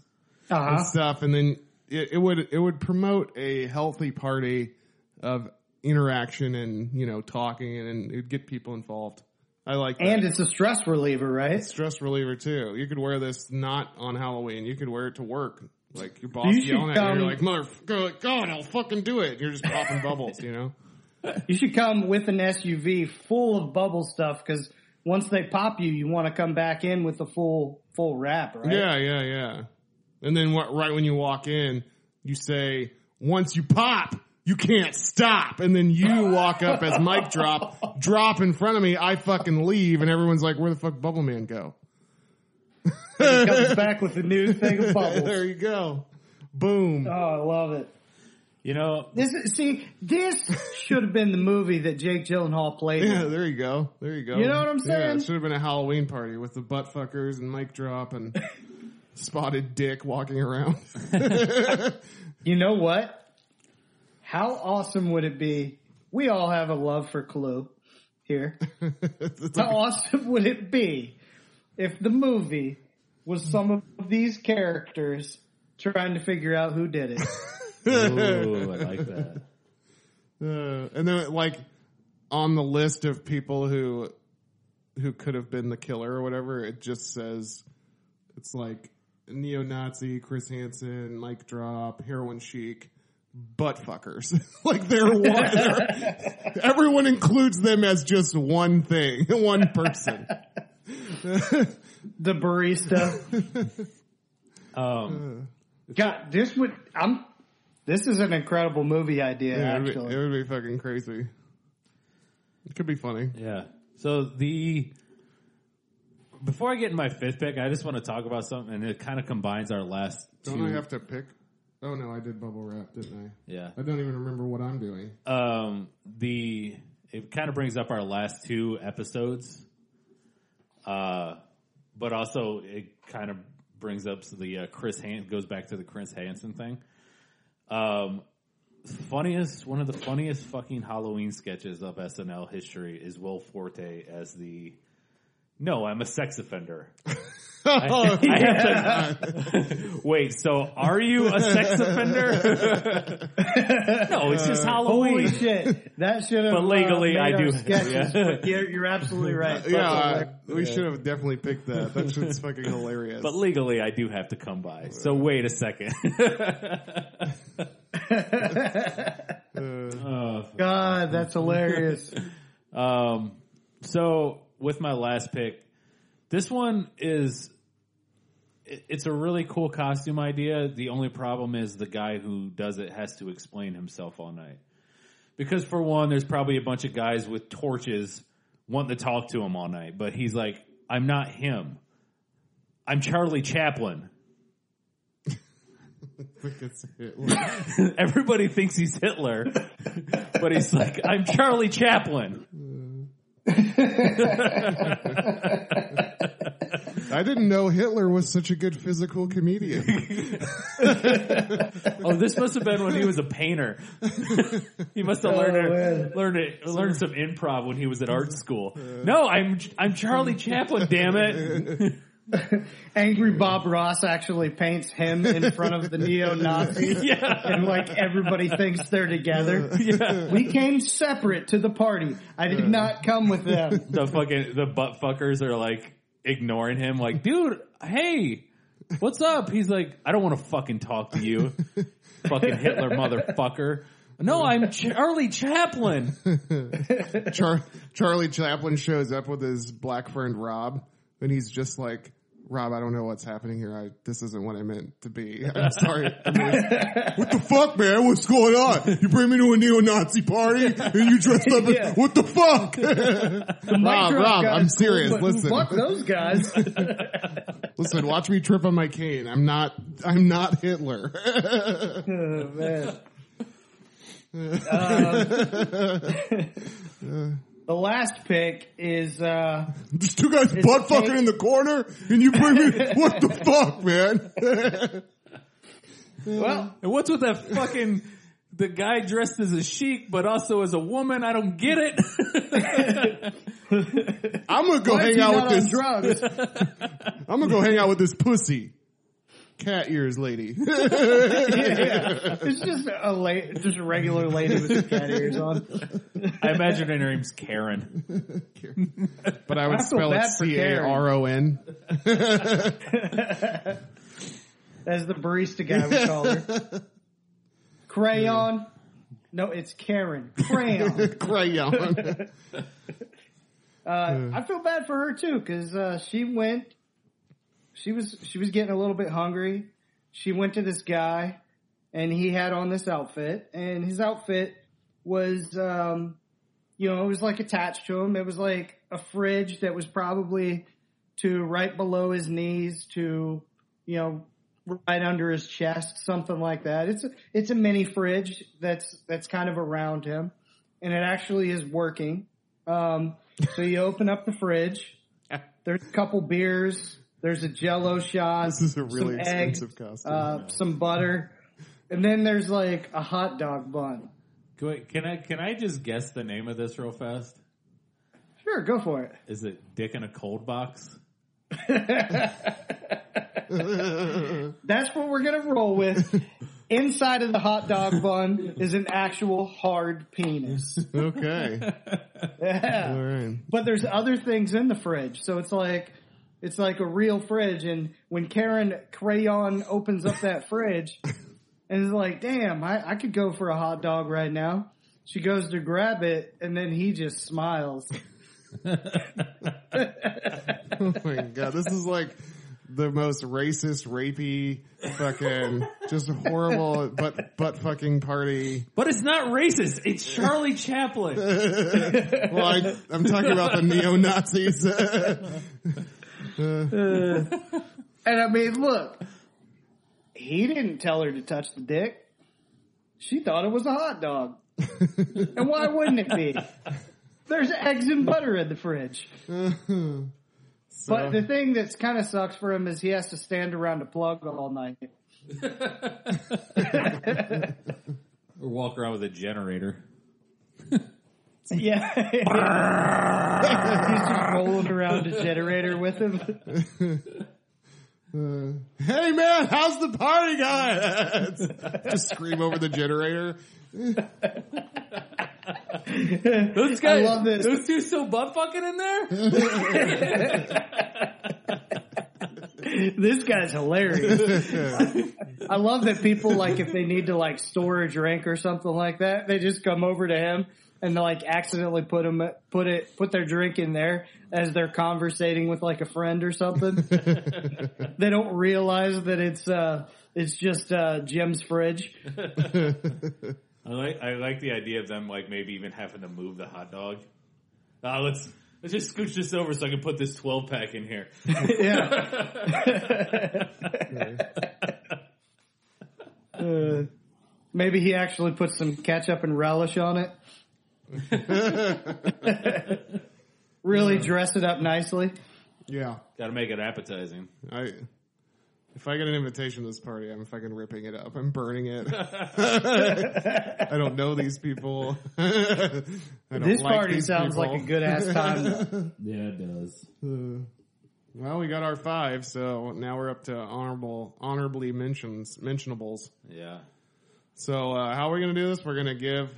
Speaker 2: and
Speaker 4: Uh-huh.
Speaker 2: stuff, and then it, it would it would promote a healthy party of interaction and you know talking, and, and it'd get people involved. I like that.
Speaker 4: And it's a stress reliever, right?
Speaker 2: stress reliever too. You could wear this not on Halloween. You could wear it to work. Like your boss
Speaker 4: You should
Speaker 2: yelling at you,
Speaker 4: come-
Speaker 2: you're like, "Motherfucker, God, I'll fucking do it." You're just popping bubbles, you know.
Speaker 4: You should come with an SUV full of bubble stuff because once they pop you, you want to come back in with the full full wrap, right?
Speaker 2: Yeah, yeah, yeah. And then wh- right when you walk in, you say, "Once you pop, you can't stop." And then you walk up as mic drop, drop in front of me. I fucking leave, and everyone's like, "Where the fuck, Bubble Man go?"
Speaker 4: It comes back with a new thing
Speaker 2: there
Speaker 4: of bubbles.
Speaker 2: you go. Boom.
Speaker 4: Oh, I love it.
Speaker 3: You know,
Speaker 4: This is, see, this should have been the movie that Jake Gyllenhaal played. in.
Speaker 2: Yeah, there you go. There you go.
Speaker 4: You know what I'm
Speaker 2: Yeah,
Speaker 4: saying?
Speaker 2: it should have been a Halloween party with the butt fuckers and mic drop and spotted dick walking around.
Speaker 4: You know what? How awesome would it be? We all have a love for Clue here.
Speaker 2: It's
Speaker 4: How
Speaker 2: like-
Speaker 4: awesome would it be if the movie was some of these characters trying to figure out who did it?
Speaker 3: ooh, I like that.
Speaker 2: uh, and then like on the list of people who who could have been the killer or whatever, it just says it's like neo-Nazi, Chris Hansen, mic drop, heroin chic. Butt fuckers, like they're one. they're- everyone includes them as just one thing, one person.
Speaker 4: The barista.
Speaker 3: Um,
Speaker 4: God, this would I'm this is an incredible movie idea
Speaker 2: Yeah, it, would be,
Speaker 4: actually.
Speaker 2: it would be fucking crazy. It could be funny.
Speaker 3: yeah. So the before I get in my fifth pick, I just want to talk about something, and it kind of combines our last.
Speaker 2: Don't
Speaker 3: two,
Speaker 2: I have to pick? Oh no, I did bubble wrap, didn't I?
Speaker 3: Yeah.
Speaker 2: I don't even remember what I'm doing.
Speaker 3: um, the it kind of brings up our last two episodes, uh, but also it kind of brings up the uh, Chris Han- goes back to the Chris Hansen thing. Um, funniest one of the funniest fucking Halloween sketches of SNL history is Will Forte as the no, I'm a sex offender.
Speaker 2: Oh,
Speaker 3: I- I have to- wait, so are you a sex offender? no, it's just Halloween.
Speaker 4: Uh, Holy shit. That should have
Speaker 3: But legally,
Speaker 4: uh,
Speaker 3: I
Speaker 4: made our
Speaker 3: do-
Speaker 4: sketches,
Speaker 3: yeah.
Speaker 4: but you're, you're absolutely right.
Speaker 2: yeah, uh, we should have definitely picked that. That shit's fucking hilarious.
Speaker 3: But legally, I do have to come by. So wait a second.
Speaker 4: God, that's hilarious.
Speaker 3: um, so with my last pick, this one is it- it's a really cool costume idea. The only problem is the guy who does it has to explain himself all night. Because for one, there's probably a bunch of guys with torches wanting to talk to him all night, but he's like, "I'm not him. I'm Charlie Chaplin."
Speaker 2: I think it's it.
Speaker 3: Everybody thinks he's Hitler, but he's like, I'm Charlie Chaplin.
Speaker 2: I didn't know Hitler was such a good physical comedian.
Speaker 3: Oh, this must have been when he was a painter. he must have learned it,
Speaker 4: Oh, man.
Speaker 3: learned it, learned some improv when he was at art school. No, I'm I'm Charlie Chaplin. Damn it!
Speaker 4: Angry Bob Ross actually paints him in front of the neo Nazis
Speaker 3: Yeah,
Speaker 4: and like everybody thinks they're together.
Speaker 3: yeah.
Speaker 4: We came separate to the party. I did not come with them.
Speaker 3: The fucking the butt fuckers are like ignoring him. Like, dude, hey, what's up? He's like, I don't want to fucking talk to you, fucking Hitler motherfucker. No, I'm Charlie Chaplin.
Speaker 2: Char- Charlie Chaplin shows up with his black friend Rob, and he's just like, Rob, I don't know what's happening here. I, this isn't what I meant to be. I'm sorry. I mean, it's- what the fuck, man? What's going on? You bring me to a neo-Nazi party and you dressed up as,
Speaker 4: Yeah.
Speaker 2: what the fuck? Rob,
Speaker 4: Micro
Speaker 2: Rob,
Speaker 4: guys,
Speaker 2: I'm serious.
Speaker 4: but
Speaker 2: Listen,
Speaker 4: Fuck those guys.
Speaker 2: listen, watch me trip on my cane. I'm not, I'm not Hitler.
Speaker 4: Oh, man. Um, the last pick is uh,
Speaker 2: There's two guys butt fucking
Speaker 4: fake.
Speaker 2: in the corner and you bring me, what the fuck, man?
Speaker 4: well,
Speaker 3: And what's with that fucking the guy dressed as a sheik but also as a woman? I don't get it.
Speaker 2: I'm gonna go
Speaker 4: why is
Speaker 2: hang
Speaker 4: he
Speaker 2: out
Speaker 4: not
Speaker 2: with
Speaker 4: on
Speaker 2: this.
Speaker 4: drugs?
Speaker 2: I'm gonna go hang out with this pussy, cat ears lady.
Speaker 4: It's just a la- just a regular lady with some cat ears on.
Speaker 3: I imagine her name's Karen.
Speaker 2: but I would
Speaker 4: I feel
Speaker 2: spell it
Speaker 4: bad for
Speaker 2: C A R O N.
Speaker 4: As the barista guy would call her. Crayon. No, it's Karen. Crayon.
Speaker 2: Crayon.
Speaker 4: Uh, I feel bad for her too because uh, she went. She was she was getting a little bit hungry. She went to this guy, and he had on this outfit, and his outfit was, um, you know, it was like attached to him. It was like a fridge that was probably to right below his knees to, you know, right under his chest, something like that. It's a, it's a mini fridge that's that's kind of around him, and it actually is working. Um, so you open up the fridge. There's a couple beers. There's a Jello shot.
Speaker 2: This is a really
Speaker 4: some eggs,
Speaker 2: expensive costume.
Speaker 4: Uh, some butter, and then there's like a hot dog bun.
Speaker 3: Can I- can I can I just guess the name of this real fast?
Speaker 4: Sure, go for it.
Speaker 3: Is it Dick in a Cold Box?
Speaker 4: That's what we're gonna roll with. Inside of the hot dog bun is an actual hard penis.
Speaker 2: okay.
Speaker 4: Yeah.
Speaker 2: All right.
Speaker 4: but there's other things in the fridge. So it's like it's like a real fridge. And when Karen Crayon opens up that fridge and is like, "Damn, I, I could go for a hot dog right now," she goes to grab it, and then he just smiles.
Speaker 2: Oh my god, this is like the most racist, rapey, fucking, just horrible butt butt fucking party.
Speaker 3: But it's not racist. It's Charlie Chaplin.
Speaker 2: Well, I, I'm talking about the neo Nazis.
Speaker 4: And I mean, look, he didn't tell her to touch the dick. She thought it was a hot dog. and why wouldn't it be? There's eggs and butter in the fridge. But the thing that's kind of sucks for him is he has to stand around a plug all night.
Speaker 3: or walk around with a generator.
Speaker 4: Yeah. He's just rolling around a generator with him.
Speaker 2: hey man, how's the party guys? just scream over the generator.
Speaker 3: Those guys,
Speaker 4: love this.
Speaker 3: those two still butt fucking in there.
Speaker 4: This guy's hilarious. I love that people like if they need to like store a drink or something like that, they just come over to him and they like accidentally put him put it put their drink in there as they're conversating with like a friend or something. they don't realize that it's uh it's just uh Jim's fridge.
Speaker 3: I like, I like the idea of them like maybe even having to move the hot dog. Uh, let's let's just scooch this over so I can put this twelve pack in here.
Speaker 4: yeah. Uh, maybe he actually put some ketchup and relish on it. really dress it up nicely.
Speaker 2: Yeah.
Speaker 3: Got to make it appetizing.
Speaker 2: I if I get an invitation to this party, I'm fucking ripping it up. I'm burning it. I don't know these people. I don't
Speaker 4: This
Speaker 2: like
Speaker 4: party
Speaker 2: these
Speaker 4: sounds
Speaker 2: people.
Speaker 4: like a good ass time.
Speaker 3: Yeah, it does.
Speaker 2: Well, we got our five, so now we're up to honorable, honorably mentions, mentionables.
Speaker 3: Yeah.
Speaker 2: So, uh, how are we gonna do this? We're gonna give.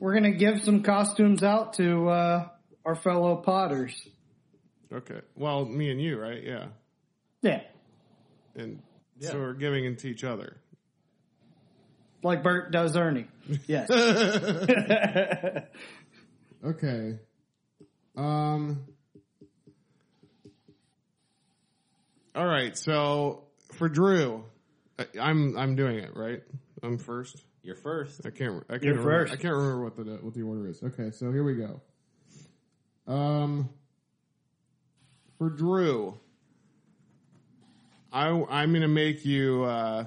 Speaker 4: We're gonna give some costumes out to uh, our fellow Potters.
Speaker 2: Okay. Well, me and you, right? Yeah.
Speaker 4: Yeah,
Speaker 2: And so we're giving it to each other.
Speaker 4: like Bert does Ernie. Yes.
Speaker 2: Okay. Um. All right, so for Drew, I, I'm I'm doing it right. I'm first.
Speaker 6: You're first.
Speaker 2: I can't. I can't
Speaker 4: You're
Speaker 2: remember,
Speaker 4: first.
Speaker 2: I can't remember what the what the order is. Okay, so here we go. Um, for Drew, I I'm gonna make you uh,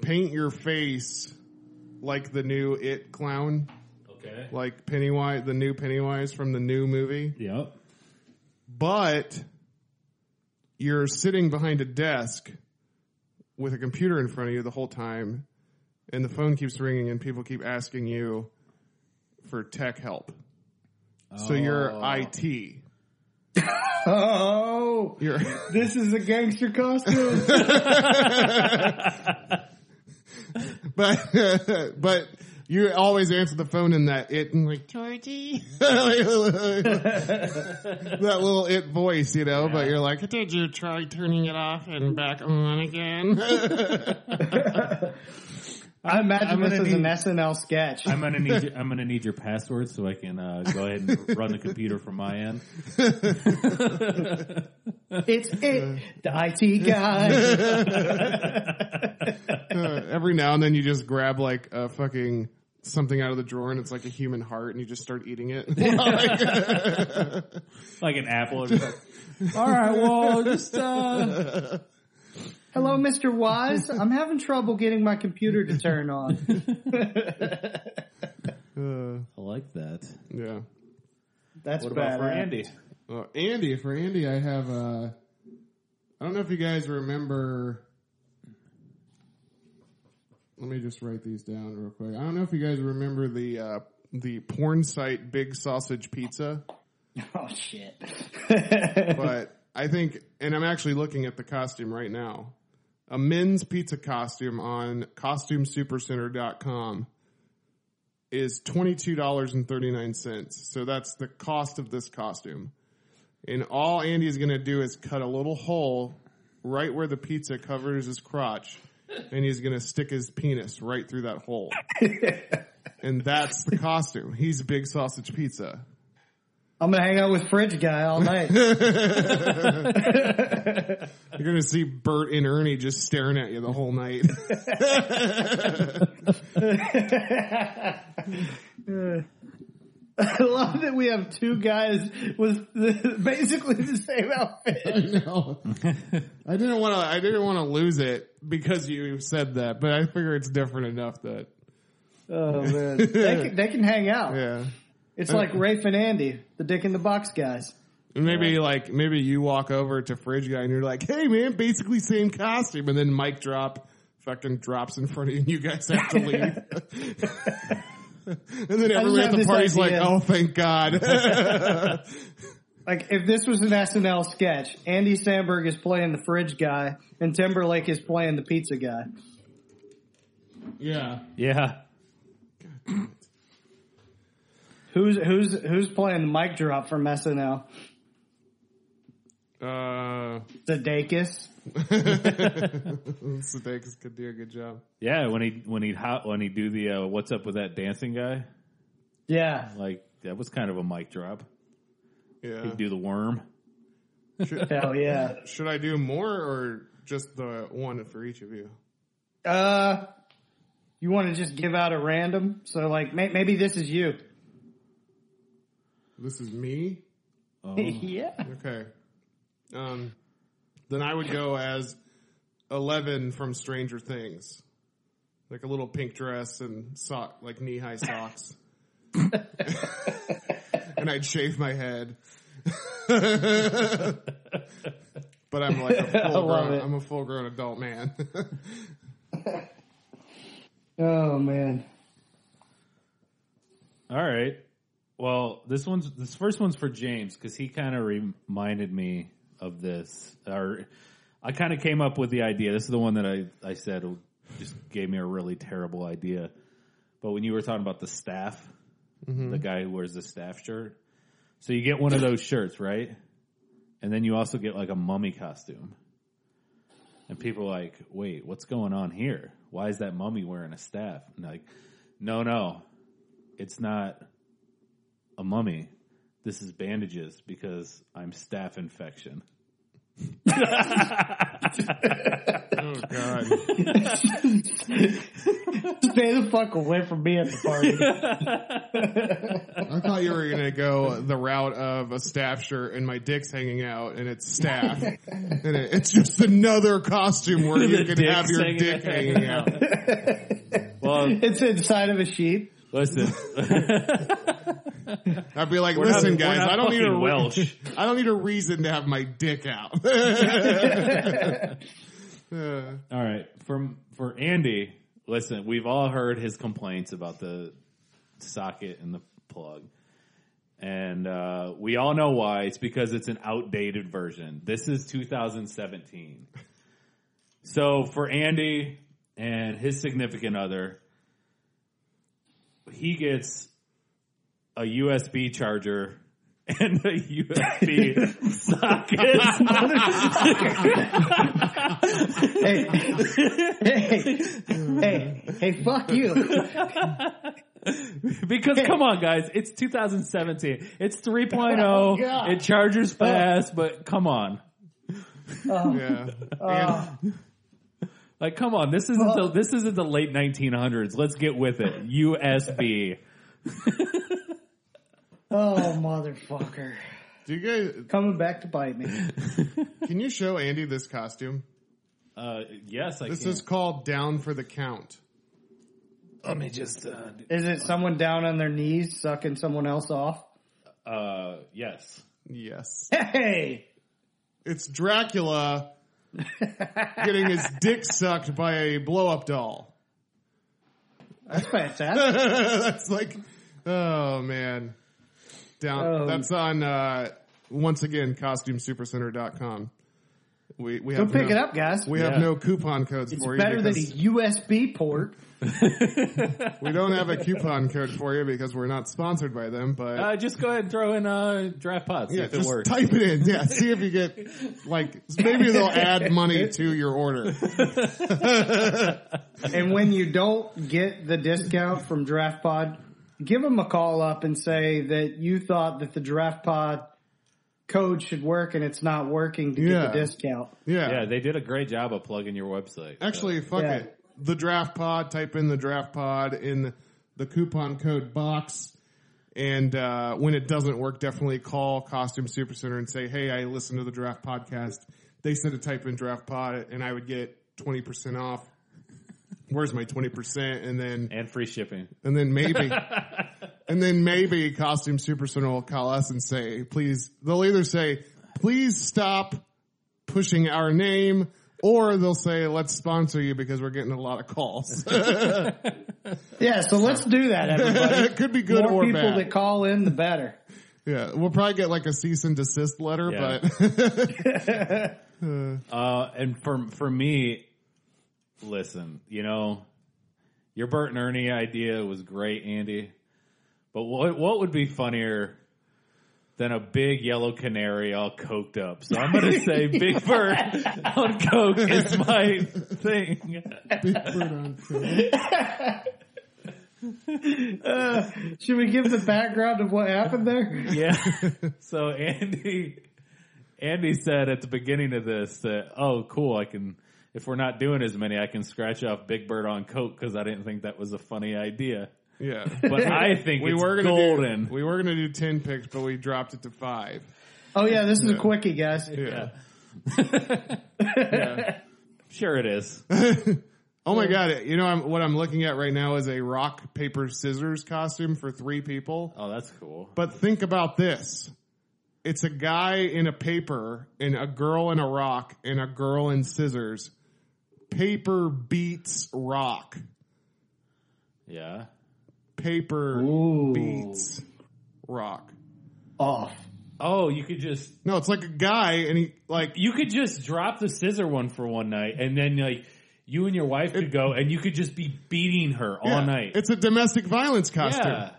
Speaker 2: paint your face like the new It clown,
Speaker 6: Okay.
Speaker 2: like Pennywise, the new Pennywise from the new movie
Speaker 6: Yep.
Speaker 2: but you're sitting behind a desk with a computer in front of you the whole time, and the phone keeps ringing, and people keep asking you for tech help. So you're
Speaker 6: Oh.
Speaker 2: IT.
Speaker 4: Oh,
Speaker 2: You're
Speaker 4: this is a gangster costume.
Speaker 2: but but you always answer the phone in that it and like Georgie, that little it voice, you know. But you're like, did you try turning it off and back on again?
Speaker 4: I imagine
Speaker 6: I'm gonna
Speaker 4: this is an
Speaker 6: need-
Speaker 4: SNL sketch.
Speaker 6: I'm gonna need. Your, I'm gonna need your password so I can uh, go ahead and run the computer from my end.
Speaker 4: it's it, the IT guy.
Speaker 2: Uh, every now and then you just grab like a fucking something out of the drawer and it's like a human heart and you just start eating it.
Speaker 6: like an apple. Or something. All right. Well, just uh,
Speaker 4: Hello, Mr. Wise. I'm having trouble getting my computer to turn on.
Speaker 2: Uh,
Speaker 6: I like that.
Speaker 2: yeah.
Speaker 4: That's
Speaker 6: What
Speaker 4: bad.
Speaker 6: about for
Speaker 3: eh?
Speaker 6: Andy?
Speaker 2: Well, Andy, for Andy, I have uh I don't know if you guys remember. Let me just write these down real quick. I don't know if you guys remember the uh, the porn site Big Sausage Pizza.
Speaker 4: Oh shit.
Speaker 2: but I think, and I'm actually looking at the costume right now. A men's pizza costume on costumesupercenter.com is $22.39. So that's the cost of this costume. And all Andy's going to do is cut a little hole right where the pizza covers his crotch. And he's going to stick his penis right through that hole. and that's the costume. He's Big Sausage Pizza.
Speaker 4: I'm gonna hang out with Fridge Guy all night.
Speaker 2: You're gonna see Bert and Ernie just staring at you the whole night.
Speaker 4: I love that we have two guys with the, basically the same outfit.
Speaker 2: no, I didn't want to. I didn't want to lose it because you said that, but I figure it's different enough that
Speaker 4: Oh man, they can, they can hang out.
Speaker 2: yeah.
Speaker 4: It's like Rafe and Andy, the Dick in the Box guys.
Speaker 2: And Maybe like maybe you walk over to Fridge Guy and you're like, "Hey man, basically same costume," and then mic drop fucking drops in front of you, and you guys have to leave. and then everyone
Speaker 4: have
Speaker 2: at the
Speaker 4: this
Speaker 2: party's
Speaker 4: idea.
Speaker 2: like, "Oh, thank God."
Speaker 4: Like if this was an SNL sketch, Andy Sandberg is playing the Fridge guy, and Timberlake is playing the Pizza guy.
Speaker 2: yeah.
Speaker 6: Yeah.
Speaker 4: Who's who's who's playing the mic drop from SNL?
Speaker 2: Uh,
Speaker 4: Sudeikis.
Speaker 2: Sudeikis could do a good job.
Speaker 6: Yeah. When he when he hot when he do the uh, what's up with that dancing guy?
Speaker 4: Yeah,
Speaker 6: Like that was kind of a mic drop.
Speaker 2: Yeah.
Speaker 6: He'd do the worm.
Speaker 4: hell yeah.
Speaker 2: Should I do more or just the one for each of you?
Speaker 4: Uh, you want to just give out a random? So like may- maybe this is you.
Speaker 2: This is me.
Speaker 6: Oh.
Speaker 4: yeah.
Speaker 2: Okay. Um, then I would go as Eleven from Stranger Things, like a little pink dress and sock, like knee high socks, and I'd shave my head. but I'm like a
Speaker 4: I
Speaker 2: full
Speaker 4: love
Speaker 2: grown,
Speaker 4: it.
Speaker 2: I'm a full grown adult man.
Speaker 4: Oh man.
Speaker 6: All right. Well, this one's this first one's for James because he kind of reminded me of this. Or I kind of came up with the idea. This is the one that I I said just gave me a really terrible idea. But when you were talking about the staff, the guy who wears the staff shirt, so you get one of those shirts, right? And then you also get like a mummy costume. And people are like, wait, what's going on here? Why is that mummy wearing a staff? And like, no, no, it's not a mummy. This is bandages because I'm staph infection.
Speaker 2: Oh god.
Speaker 4: Stay the fuck away from me at the party.
Speaker 2: I thought you were gonna go the route of a staff shirt and my dick's hanging out and it's staff. and it, it's just another costume where you
Speaker 6: The
Speaker 2: can
Speaker 6: dick's
Speaker 2: have your
Speaker 6: hanging
Speaker 2: dick
Speaker 6: out.
Speaker 2: hanging out.
Speaker 6: well,
Speaker 4: It's inside of a sheep.
Speaker 6: listen.
Speaker 2: I'd be like,
Speaker 6: We're not-
Speaker 2: listen
Speaker 6: we're
Speaker 2: guys,
Speaker 6: not
Speaker 2: I don't need a
Speaker 6: fucking
Speaker 2: re-
Speaker 6: Welsh.
Speaker 2: I don't need a reason to have my dick out. Uh,
Speaker 6: All right, for for Andy, listen, we've all heard his complaints about the socket and the plug, and uh, we all know why. It's because it's an outdated version. This is 2017. So for Andy and his significant other, he gets a USB charger and a USB socket.
Speaker 4: Hey, hey, hey, hey, fuck you.
Speaker 6: Because come on, guys, it's 2017. It's 3.0.
Speaker 4: Oh, God.
Speaker 6: it charges fast, but come on,
Speaker 2: yeah.
Speaker 4: Uh,
Speaker 6: like come on, this isn't the this isn't the late 1900s. Let's get with it. USB.
Speaker 4: oh, motherfucker.
Speaker 2: do you guys
Speaker 4: Coming back to bite me.
Speaker 2: can you show Andy this costume?
Speaker 6: Uh, yes, I
Speaker 2: This
Speaker 6: can.
Speaker 2: is called Down for the Count.
Speaker 6: Let me just. Uh,
Speaker 4: Is it someone down on their knees sucking someone else off?
Speaker 6: do- uh, yes.
Speaker 2: Yes.
Speaker 4: Hey!
Speaker 2: It's Dracula getting his dick sucked by a blow up doll.
Speaker 4: That's fantastic.
Speaker 2: that's like, oh man. Down.
Speaker 4: Um,
Speaker 2: that's on, uh, once again, costumesupercenter.com. We, we
Speaker 4: Go
Speaker 2: have
Speaker 4: pick
Speaker 2: no,
Speaker 4: it up, guys.
Speaker 2: We
Speaker 6: Yeah.
Speaker 2: have no coupon codes
Speaker 4: it's
Speaker 2: for you.
Speaker 4: better than a
Speaker 2: because
Speaker 4: USB port.
Speaker 2: we don't have a coupon code for you because we're not sponsored by them, but
Speaker 6: Uh, just go ahead and throw in uh, draft pots
Speaker 2: yeah,
Speaker 6: if it
Speaker 2: just
Speaker 6: works.
Speaker 2: type it in. Yeah, see if you get like maybe they'll add money to your order.
Speaker 4: And when you don't get the discount from Draft Pod, give them a call up and say that you thought that the Draft Pod code should work and it's not working to
Speaker 2: Yeah.
Speaker 4: get the discount.
Speaker 6: yeah, they did a great job of plugging your website. so-
Speaker 2: Actually, fuck
Speaker 4: Yeah.
Speaker 2: it. The draft pod. Type in the draft pod in the coupon code box, and uh, when it doesn't work, definitely call Costume Supercenter and say, "Hey, I listened to the draft podcast. They said to type in draft pod, and I would get twenty percent off." Where's my twenty percent? And then
Speaker 6: and free shipping.
Speaker 2: and then maybe, and then maybe Costume Supercenter will call us and say, please, they'll either say, please stop pushing our name, or they'll say, let's sponsor you because we're getting a lot of calls.
Speaker 4: Yeah, so let's do that, everybody.
Speaker 2: it could be good
Speaker 4: More
Speaker 2: or
Speaker 4: people
Speaker 2: bad.
Speaker 4: that call in, the better.
Speaker 2: yeah, we'll probably get like a cease and desist letter,
Speaker 6: Yeah.
Speaker 2: but
Speaker 6: Uh, and for for me, listen, you know, your Bert and Ernie idea was great, Andy. But what what would be funnier than a big yellow canary all coked up? So I'm gonna say Big Bird on coke is my thing.
Speaker 4: Should we give the background of what happened there?
Speaker 6: Yeah. So Andy, Andy said at the beginning of this that, oh, cool, I can, if we're not doing as many, I can scratch off Big Bird on Coke because I didn't think that was a funny idea.
Speaker 2: yeah.
Speaker 6: But I think
Speaker 2: We
Speaker 6: it's
Speaker 2: were gonna
Speaker 6: golden.
Speaker 2: do we were gonna do ten picks, but we dropped it to five.
Speaker 4: Oh yeah, this is a quickie, guys.
Speaker 2: Yeah.
Speaker 6: sure it is.
Speaker 2: Oh my god! You know I'm, what I'm looking at right now is a rock paper scissors costume for three people.
Speaker 6: Oh, that's cool.
Speaker 2: But think about this. It's a guy in a paper and a girl in a rock and a girl in scissors. Paper beats rock.
Speaker 6: Yeah.
Speaker 2: Paper
Speaker 4: Ooh.
Speaker 2: beats rock.
Speaker 4: Off.
Speaker 6: Oh, you could just
Speaker 2: No, it's like a guy and he like
Speaker 6: you could just drop the scissor one for one night, and then like you and your wife could go, and you could just be beating her all
Speaker 2: yeah,
Speaker 6: night.
Speaker 2: It's a domestic violence costume.
Speaker 6: yeah.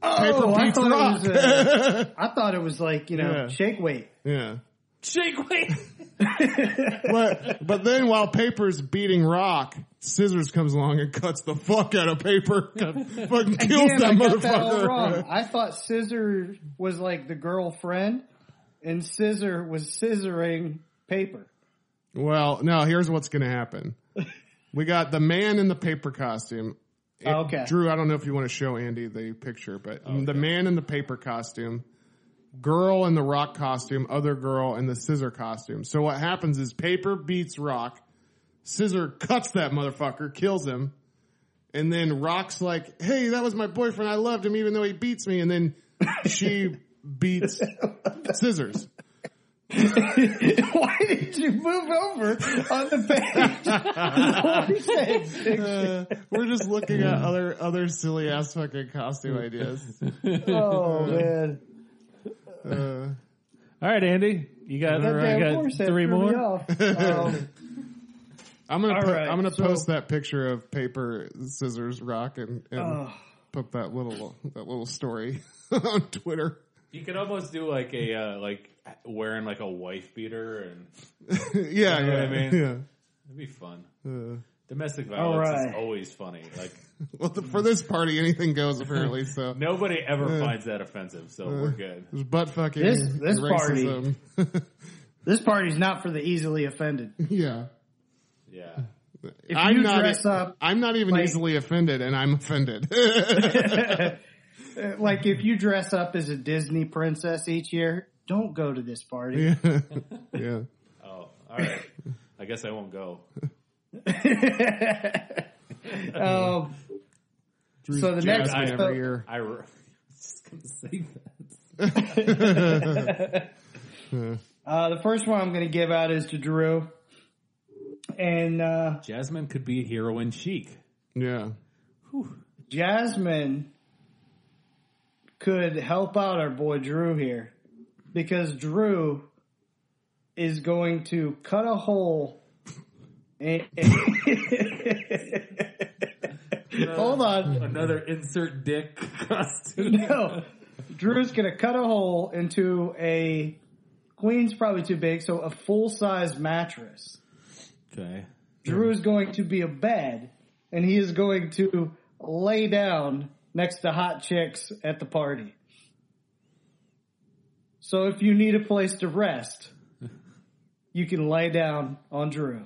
Speaker 2: Paper
Speaker 4: Oh, I
Speaker 2: beats
Speaker 4: thought it
Speaker 2: rock.
Speaker 4: was, uh, I thought it was like you know
Speaker 2: Yeah.
Speaker 4: shake weight.
Speaker 2: Yeah.
Speaker 6: Shake weight.
Speaker 2: But but then while paper's beating rock, scissors comes along and cuts the fuck out of paper. Fucking kills
Speaker 4: Damn,
Speaker 2: that
Speaker 4: I got
Speaker 2: motherfucker.
Speaker 4: that all wrong. I thought scissor was like the girlfriend, and scissor was scissoring paper.
Speaker 2: Well, no, here's what's going to happen. We got the man in the paper costume. It-
Speaker 4: Oh, Okay.
Speaker 2: Drew, I don't know if you want to show Andy the picture, but the man in the paper costume, girl in the rock costume, other girl in the scissor costume. So what happens is paper beats rock, scissor cuts that motherfucker, kills him, and then rock's like, hey, that was my boyfriend. I loved him even though he beats me. And then she beats scissors.
Speaker 4: Why did you move over on the page? What is it?
Speaker 2: Uh, we're just looking at other other silly ass fucking costume ideas.
Speaker 4: oh man,
Speaker 2: Uh,
Speaker 3: All right, Andy, you got,
Speaker 4: that
Speaker 3: I
Speaker 4: damn
Speaker 3: got
Speaker 4: horse head
Speaker 3: three
Speaker 4: threw me
Speaker 3: more.
Speaker 4: off. Um,
Speaker 2: I'm gonna
Speaker 4: All
Speaker 2: po-
Speaker 4: right,
Speaker 2: I'm gonna
Speaker 4: so-
Speaker 2: post that picture of paper, scissors, rock, and, and
Speaker 4: oh,
Speaker 2: put that little that little story on Twitter.
Speaker 6: You could almost do like a uh, like wearing like a wife beater, and
Speaker 2: yeah,
Speaker 6: know
Speaker 2: yeah,
Speaker 6: what I mean?
Speaker 2: yeah.
Speaker 6: it'd be fun.
Speaker 2: Uh,
Speaker 6: Domestic violence
Speaker 4: right.
Speaker 6: is always funny. Like
Speaker 2: well, th for this party, anything goes apparently. So
Speaker 6: nobody ever finds that offensive, so we're good.
Speaker 2: there's butt fucking
Speaker 4: This- this
Speaker 2: racism.
Speaker 4: this party's not for the easily offended.
Speaker 2: yeah,
Speaker 6: Yeah.
Speaker 4: If
Speaker 2: I'm
Speaker 4: you
Speaker 2: not. e-,
Speaker 4: dress up
Speaker 2: I'm not even
Speaker 4: like-
Speaker 2: easily offended, and I'm offended.
Speaker 4: like if you dress up as a Disney princess each year, don't go to this party.
Speaker 2: yeah. yeah.
Speaker 6: Oh, all right. I guess I won't go.
Speaker 4: um, so the next
Speaker 2: Jasmine
Speaker 4: so-
Speaker 2: every year.
Speaker 6: I re- I was just gonna say that.
Speaker 4: Uh, the first one I'm going to give out is to Drew. And uh,
Speaker 6: Jasmine could be heroin chic.
Speaker 2: Yeah.
Speaker 4: Jasmine could help out our boy Drew here because Drew is going to cut a hole. in- Hold on.
Speaker 6: Another insert dick costume.
Speaker 4: No. Drew's going to cut a hole into a queen's probably too big, so a full size mattress.
Speaker 6: Okay.
Speaker 4: Drew is going to be a bed, and he is going to lay down next to hot chicks at the party. So if you need a place to rest, you can lay down on Drew.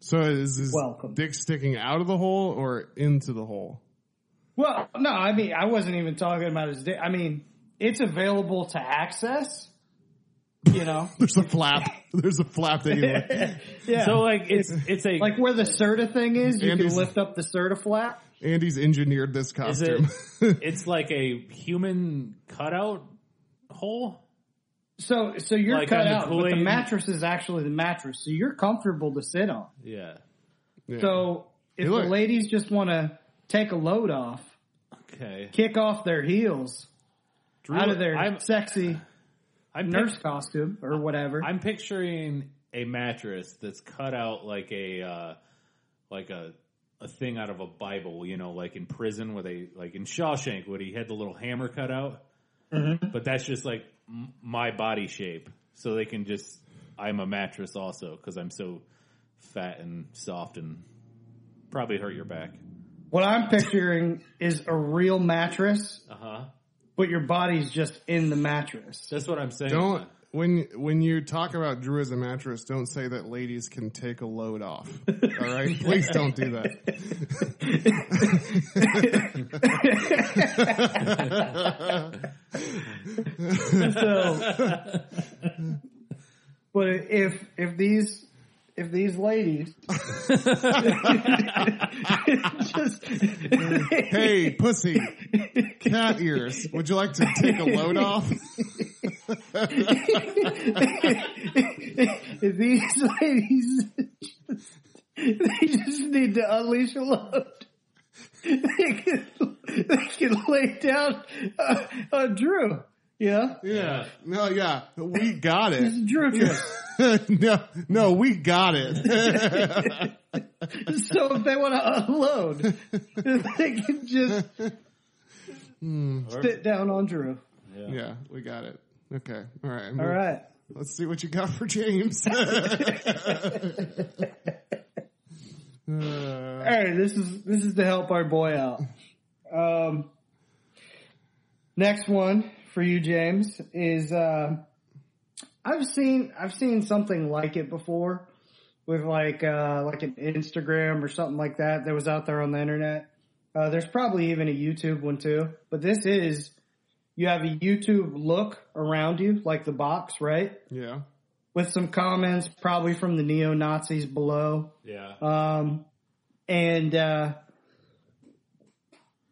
Speaker 2: So is his
Speaker 4: Welcome.
Speaker 2: dick sticking out of the hole or into the hole?
Speaker 4: Well, no, I mean, I wasn't even talking about his dick. I mean, it's available to access. You know,
Speaker 2: There's a flap. There's a flap that you. Look.
Speaker 4: yeah,
Speaker 6: So like it's it's a
Speaker 4: like where the Serta thing is, you
Speaker 2: Andy's-
Speaker 4: can lift up the Serta flap.
Speaker 2: Andy's engineered this
Speaker 6: is
Speaker 2: costume.
Speaker 6: it it's like a human cutout hole?
Speaker 4: So, so you're
Speaker 6: Like
Speaker 4: cut
Speaker 6: on the
Speaker 4: out, but the
Speaker 6: Kool-Aid?
Speaker 4: mattress is actually the mattress, so you're comfortable to sit on.
Speaker 6: Yeah.
Speaker 2: Yeah.
Speaker 4: So if
Speaker 2: Hey, look.
Speaker 4: the ladies just want to take a load off,
Speaker 6: Okay.
Speaker 4: kick off their heels
Speaker 6: Drew,
Speaker 4: out of their
Speaker 6: I'm,
Speaker 4: sexy
Speaker 6: I'm
Speaker 4: nurse costume or whatever.
Speaker 6: I'm picturing a mattress that's cut out like a uh, like a a thing out of a Bible, you know, like in prison where they like in Shawshank where he had the little hammer cut out. But that's just like m- my body shape, so they can just I'm a mattress also because I'm so fat and soft and probably hurt your back.
Speaker 4: what I'm picturing is a real mattress,
Speaker 6: Uh huh.
Speaker 4: but your body's just in the mattress.
Speaker 6: That's what I'm saying.
Speaker 2: don't when when you talk about Drew as a mattress, don't say that ladies can take a load off. All right, please don't do that.
Speaker 4: So, but if if these if these ladies just
Speaker 2: Hey, pussy, cat ears. Would you like to take a load off?
Speaker 4: if these ladies just, they just need to unleash a load. They can, they can lay down uh, on Drew. Yeah?
Speaker 2: Yeah. No, yeah, we got it.
Speaker 4: Drew trip.
Speaker 2: no, no, we got it.
Speaker 4: So if they want to unload, they can just sit down on Drew.
Speaker 2: yeah, we got it. Okay, all right.
Speaker 4: All right.
Speaker 2: Let's see what you got for James. Uh,
Speaker 4: All right, this is this is to help our boy out. Um, next one for you, James, is uh, I've seen I've seen something like it before with like uh, like an Instagram or something like that that was out there on the internet. Uh, there's probably even a YouTube one too, but this is you have a YouTube look around you, like the box, right?
Speaker 2: Yeah.
Speaker 4: With some comments, probably from the neo Nazis below.
Speaker 3: Yeah.
Speaker 4: Um, and uh,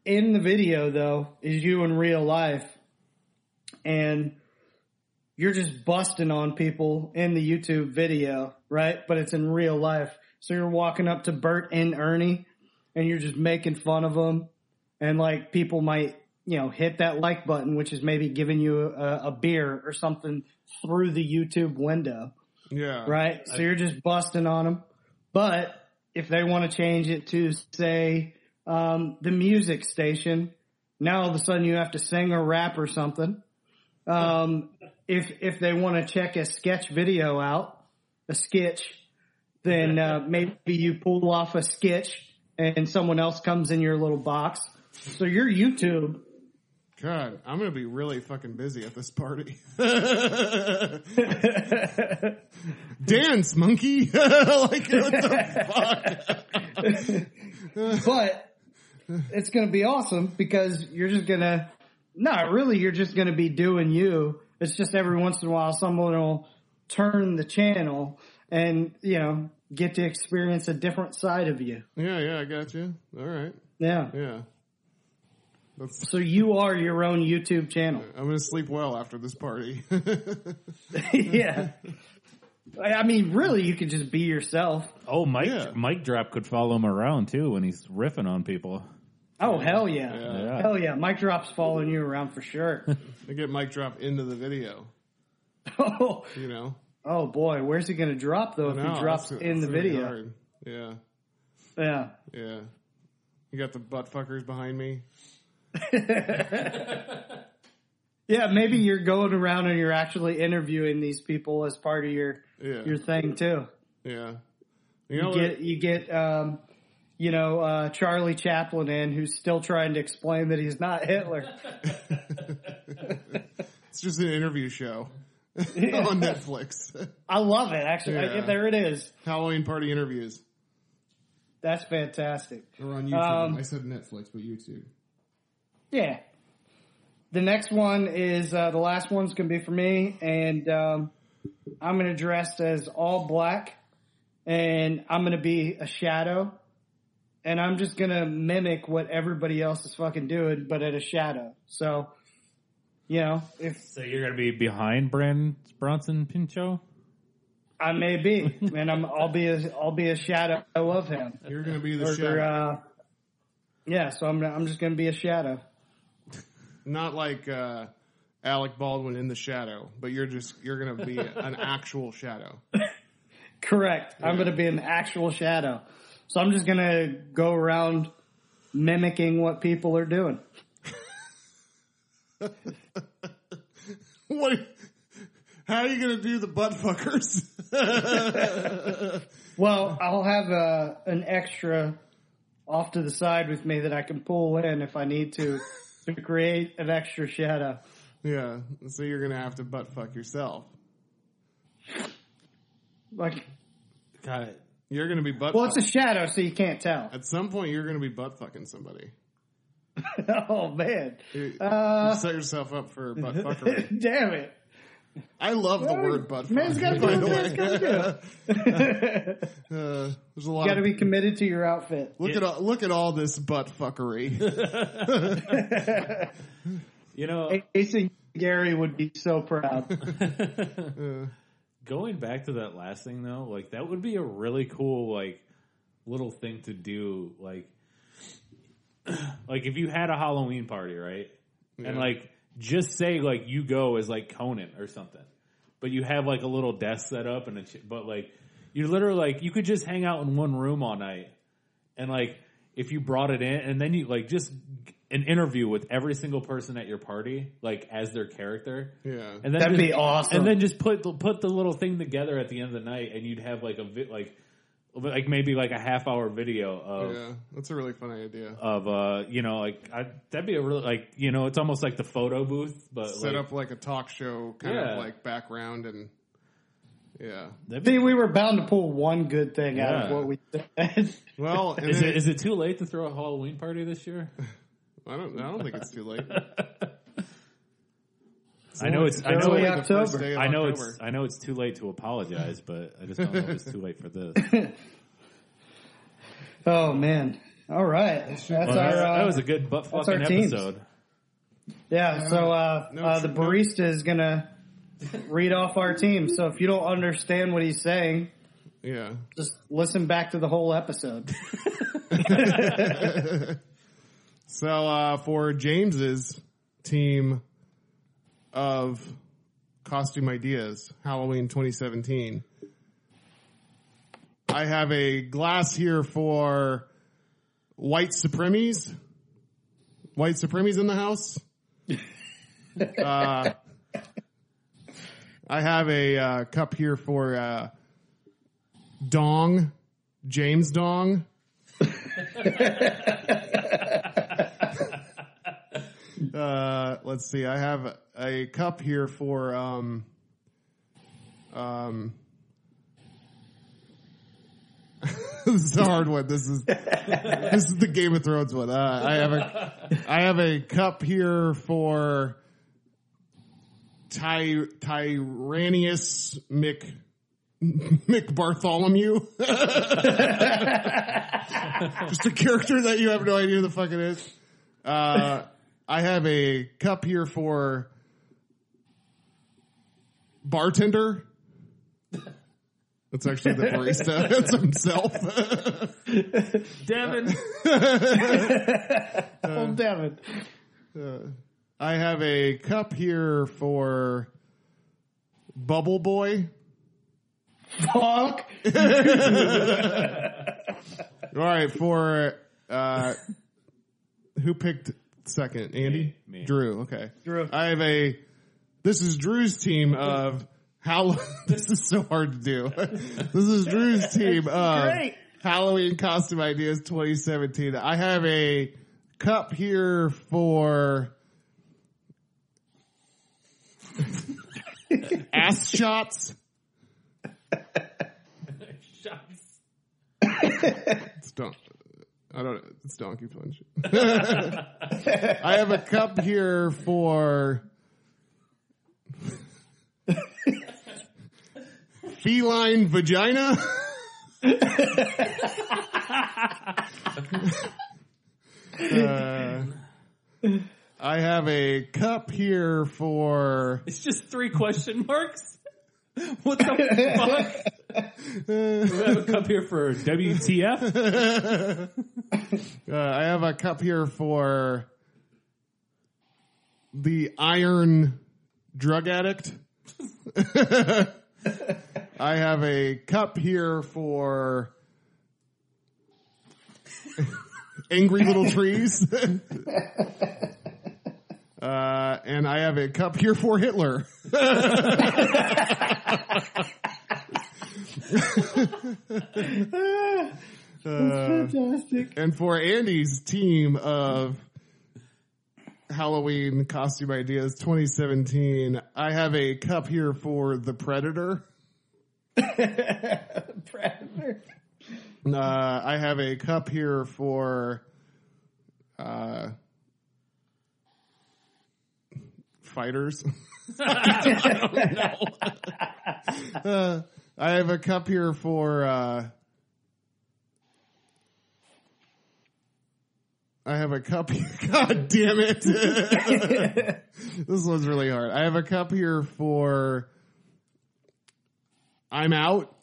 Speaker 4: in the video, though, is you in real life, and you're just busting on people in the YouTube video, right? But it's in real life, so you're walking up to Bert and Ernie, and you're just making fun of them, and like people might. You know, hit that like button, which is maybe giving you a, a beer or something through the YouTube window
Speaker 2: Yeah.
Speaker 4: right? So you're just busting on them. But if they want to change it to say um, the music station, now all of a sudden you have to sing or rap or something. Um, if if they want to check a sketch video out, a sketch, then uh, maybe you pull off a sketch and someone else comes in your little box. So your YouTube
Speaker 2: God, I'm gonna be really fucking busy at this party. Dance, monkey. like what the fuck?
Speaker 4: but it's going to be awesome because you're just going to not really you're just going to be doing you it's just every once in a while someone will turn the channel and you know get to experience a different side of you
Speaker 2: Yeah, yeah, I got you. All right.
Speaker 4: yeah
Speaker 2: Yeah. That's
Speaker 4: so you are your own youtube channel
Speaker 2: I'm gonna sleep well after this party.
Speaker 4: yeah I I mean, really, you could just be yourself.
Speaker 3: Oh, Mike,
Speaker 2: Yeah.
Speaker 3: Mike Drop could follow him around too when he's riffing on people.
Speaker 4: Oh, hell yeah.
Speaker 2: Uh,
Speaker 3: Yeah.
Speaker 4: Hell yeah. Mike Drop's following you around for sure.
Speaker 2: I get mic drop into the video.
Speaker 4: oh,
Speaker 2: You know,
Speaker 4: oh, boy. Where's he going to drop, though, if
Speaker 2: No,
Speaker 4: he drops
Speaker 2: that's-
Speaker 4: in the
Speaker 2: that's gonna be
Speaker 4: video?
Speaker 2: hard. Yeah,
Speaker 4: Yeah.
Speaker 2: yeah. You got the butt fuckers behind me.
Speaker 4: Yeah, maybe you're going around and you're actually interviewing these people as part of your
Speaker 2: Yeah,
Speaker 4: your thing too.
Speaker 2: yeah. You know,
Speaker 4: You get you get um, you know uh, Charlie Chaplin in who's still trying to explain that he's not Hitler.
Speaker 2: it's just an interview show on Netflix.
Speaker 4: I love it actually.
Speaker 2: Oh, Yeah.
Speaker 4: I- there it is.
Speaker 2: Halloween party interviews.
Speaker 4: That's fantastic.
Speaker 2: Or on YouTube.
Speaker 4: Um,
Speaker 2: I said Netflix, but YouTube.
Speaker 4: Yeah. The next one is uh, the last one's gonna be for me, and um, I'm gonna dress as all black, and I'm gonna be a shadow, and I'm just gonna mimic what everybody else is fucking doing, but at a shadow. So, you know, if
Speaker 3: So you're gonna be behind Brandon Bronson Pinchot.
Speaker 4: I may be, and I'm I'll be a, I'll be a shadow of him.
Speaker 2: You're gonna be the
Speaker 4: Or,
Speaker 2: shadow.
Speaker 4: uh, yeah, so I'm I'm just gonna be a shadow.
Speaker 2: Not like uh, Alec Baldwin in the shadow, but you're just you're gonna be an actual shadow.
Speaker 4: Correct. I'm going to be an actual shadow. So I'm just going to go around mimicking what people are doing.
Speaker 2: What? How are you gonna do the butt fuckers?
Speaker 4: Well, I'll have a, an extra off to the side with me that I can pull in if I need to to create an extra shadow.
Speaker 2: yeah. So you're gonna have to butt fuck yourself.
Speaker 4: Like,
Speaker 2: Got it. You're gonna be butt.
Speaker 4: well, it's a
Speaker 2: fuck-
Speaker 4: shadow, so you can't tell.
Speaker 2: At some point, you're gonna be butt fucking somebody.
Speaker 4: oh man,
Speaker 2: You, you
Speaker 4: uh,
Speaker 2: set yourself up for butt fuckery.
Speaker 4: damn it!
Speaker 2: I love the word butt.
Speaker 4: Man's
Speaker 2: fuck,
Speaker 4: got to do
Speaker 2: by the
Speaker 4: what man's
Speaker 2: way.
Speaker 4: got to do.
Speaker 2: Uh, there's a lot.
Speaker 4: Got to
Speaker 2: of,
Speaker 4: be committed to your outfit.
Speaker 2: look at all, look at all this butt fuckery.
Speaker 3: You know,
Speaker 4: Jason Gary would be so proud.
Speaker 3: going back to that last thing though, like that would be a really cool like little thing to do. Like, like if you had a Halloween party, right? And
Speaker 2: Yeah.
Speaker 3: like just say like you go as like Conan or something, but you have like a little desk set up and a ch- but like you're literally like you could just hang out in one room all night and like if you brought it in and then you like just g- an interview with every single person at your party like as their character
Speaker 2: yeah.
Speaker 3: and then
Speaker 4: That'd
Speaker 3: just-
Speaker 4: be awesome.
Speaker 3: And then just put the, put the little thing together at the end of the night, and you'd have like a vi- like like maybe like a half hour video of
Speaker 2: yeah, that's a really funny idea.
Speaker 3: of uh you know like I, that'd be a really like you know it's almost like the photo booth but
Speaker 2: Set
Speaker 3: Uh, like,
Speaker 2: up like a talk show kind
Speaker 3: Yeah.
Speaker 2: of like background and yeah.
Speaker 3: that'd be-
Speaker 4: See, we were bound to pull one good thing out of
Speaker 3: Yeah.
Speaker 4: what we said.
Speaker 2: Well, and
Speaker 3: is
Speaker 2: then-
Speaker 3: it is it too late to throw a Halloween party this year?
Speaker 2: I don't. I don't think it's too late.
Speaker 3: I know it's I
Speaker 4: It's
Speaker 3: know
Speaker 4: only
Speaker 3: it-
Speaker 4: October.
Speaker 3: I know it's I know it's too late to apologize, but I just don't know if it's too late for this.
Speaker 4: oh man! All right, that's
Speaker 3: Well,
Speaker 4: our.
Speaker 3: that's-
Speaker 4: Uh,
Speaker 3: that was a good butt
Speaker 4: that's
Speaker 3: fucking
Speaker 4: our teams.
Speaker 3: episode.
Speaker 4: yeah. So uh,
Speaker 2: No,
Speaker 4: uh,
Speaker 2: it's-
Speaker 4: the
Speaker 2: no.
Speaker 4: barista is gonna read off our team. So if you don't understand what he's saying,
Speaker 2: yeah.
Speaker 4: just listen back to the whole episode.
Speaker 2: So uh, for James's team of costume ideas, Halloween 2017, I have a glass here for white supremies. White supremies in the house. uh, I have a uh, cup here for uh, Dong, James Dong. Uh, let's see. I have a cup here for um, um. this is a hard one. This is this is the Game of Thrones one. Uh, I have a I have a cup here for Ty Tyranius Mick Mick Bartholomew. Just a character that you have no idea who the fuck it is. Uh, I have a cup here for bartender. That's actually the barista. That's himself.
Speaker 3: Devin,
Speaker 4: oh, Devin.
Speaker 2: I have a cup here for Bubble Boy.
Speaker 4: Bonk.
Speaker 2: All right, for uh, who picked second? Andy,
Speaker 3: Me, me.
Speaker 2: Drew. Okay,
Speaker 4: Drew.
Speaker 2: I have a. This is Drew's team of how. this is so hard to do. this is Drew's team of
Speaker 4: great.
Speaker 2: Halloween costume ideas 2017. I have a cup here for. ass shots. It's don- I don't. It's Donkey Punch. I have a cup here for feline vagina. Uh, I have a cup here for.
Speaker 3: it's just three question marks. What the fuck? We have a cup here for WTF?
Speaker 2: Uh, I have a cup here for the iron drug addict. I have a cup here for angry little trees. Uh, and I have a cup here for Hitler. Uh,
Speaker 4: Fantastic.
Speaker 2: and for Andy's team of Halloween costume ideas 2017, I have a cup here for the Predator.
Speaker 4: Predator.
Speaker 2: Uh, I have a cup here for uh, fighters. Uh, I have a cup here for. Uh, I have a cup. God damn it! this one's really hard. I have a cup here for. I'm out.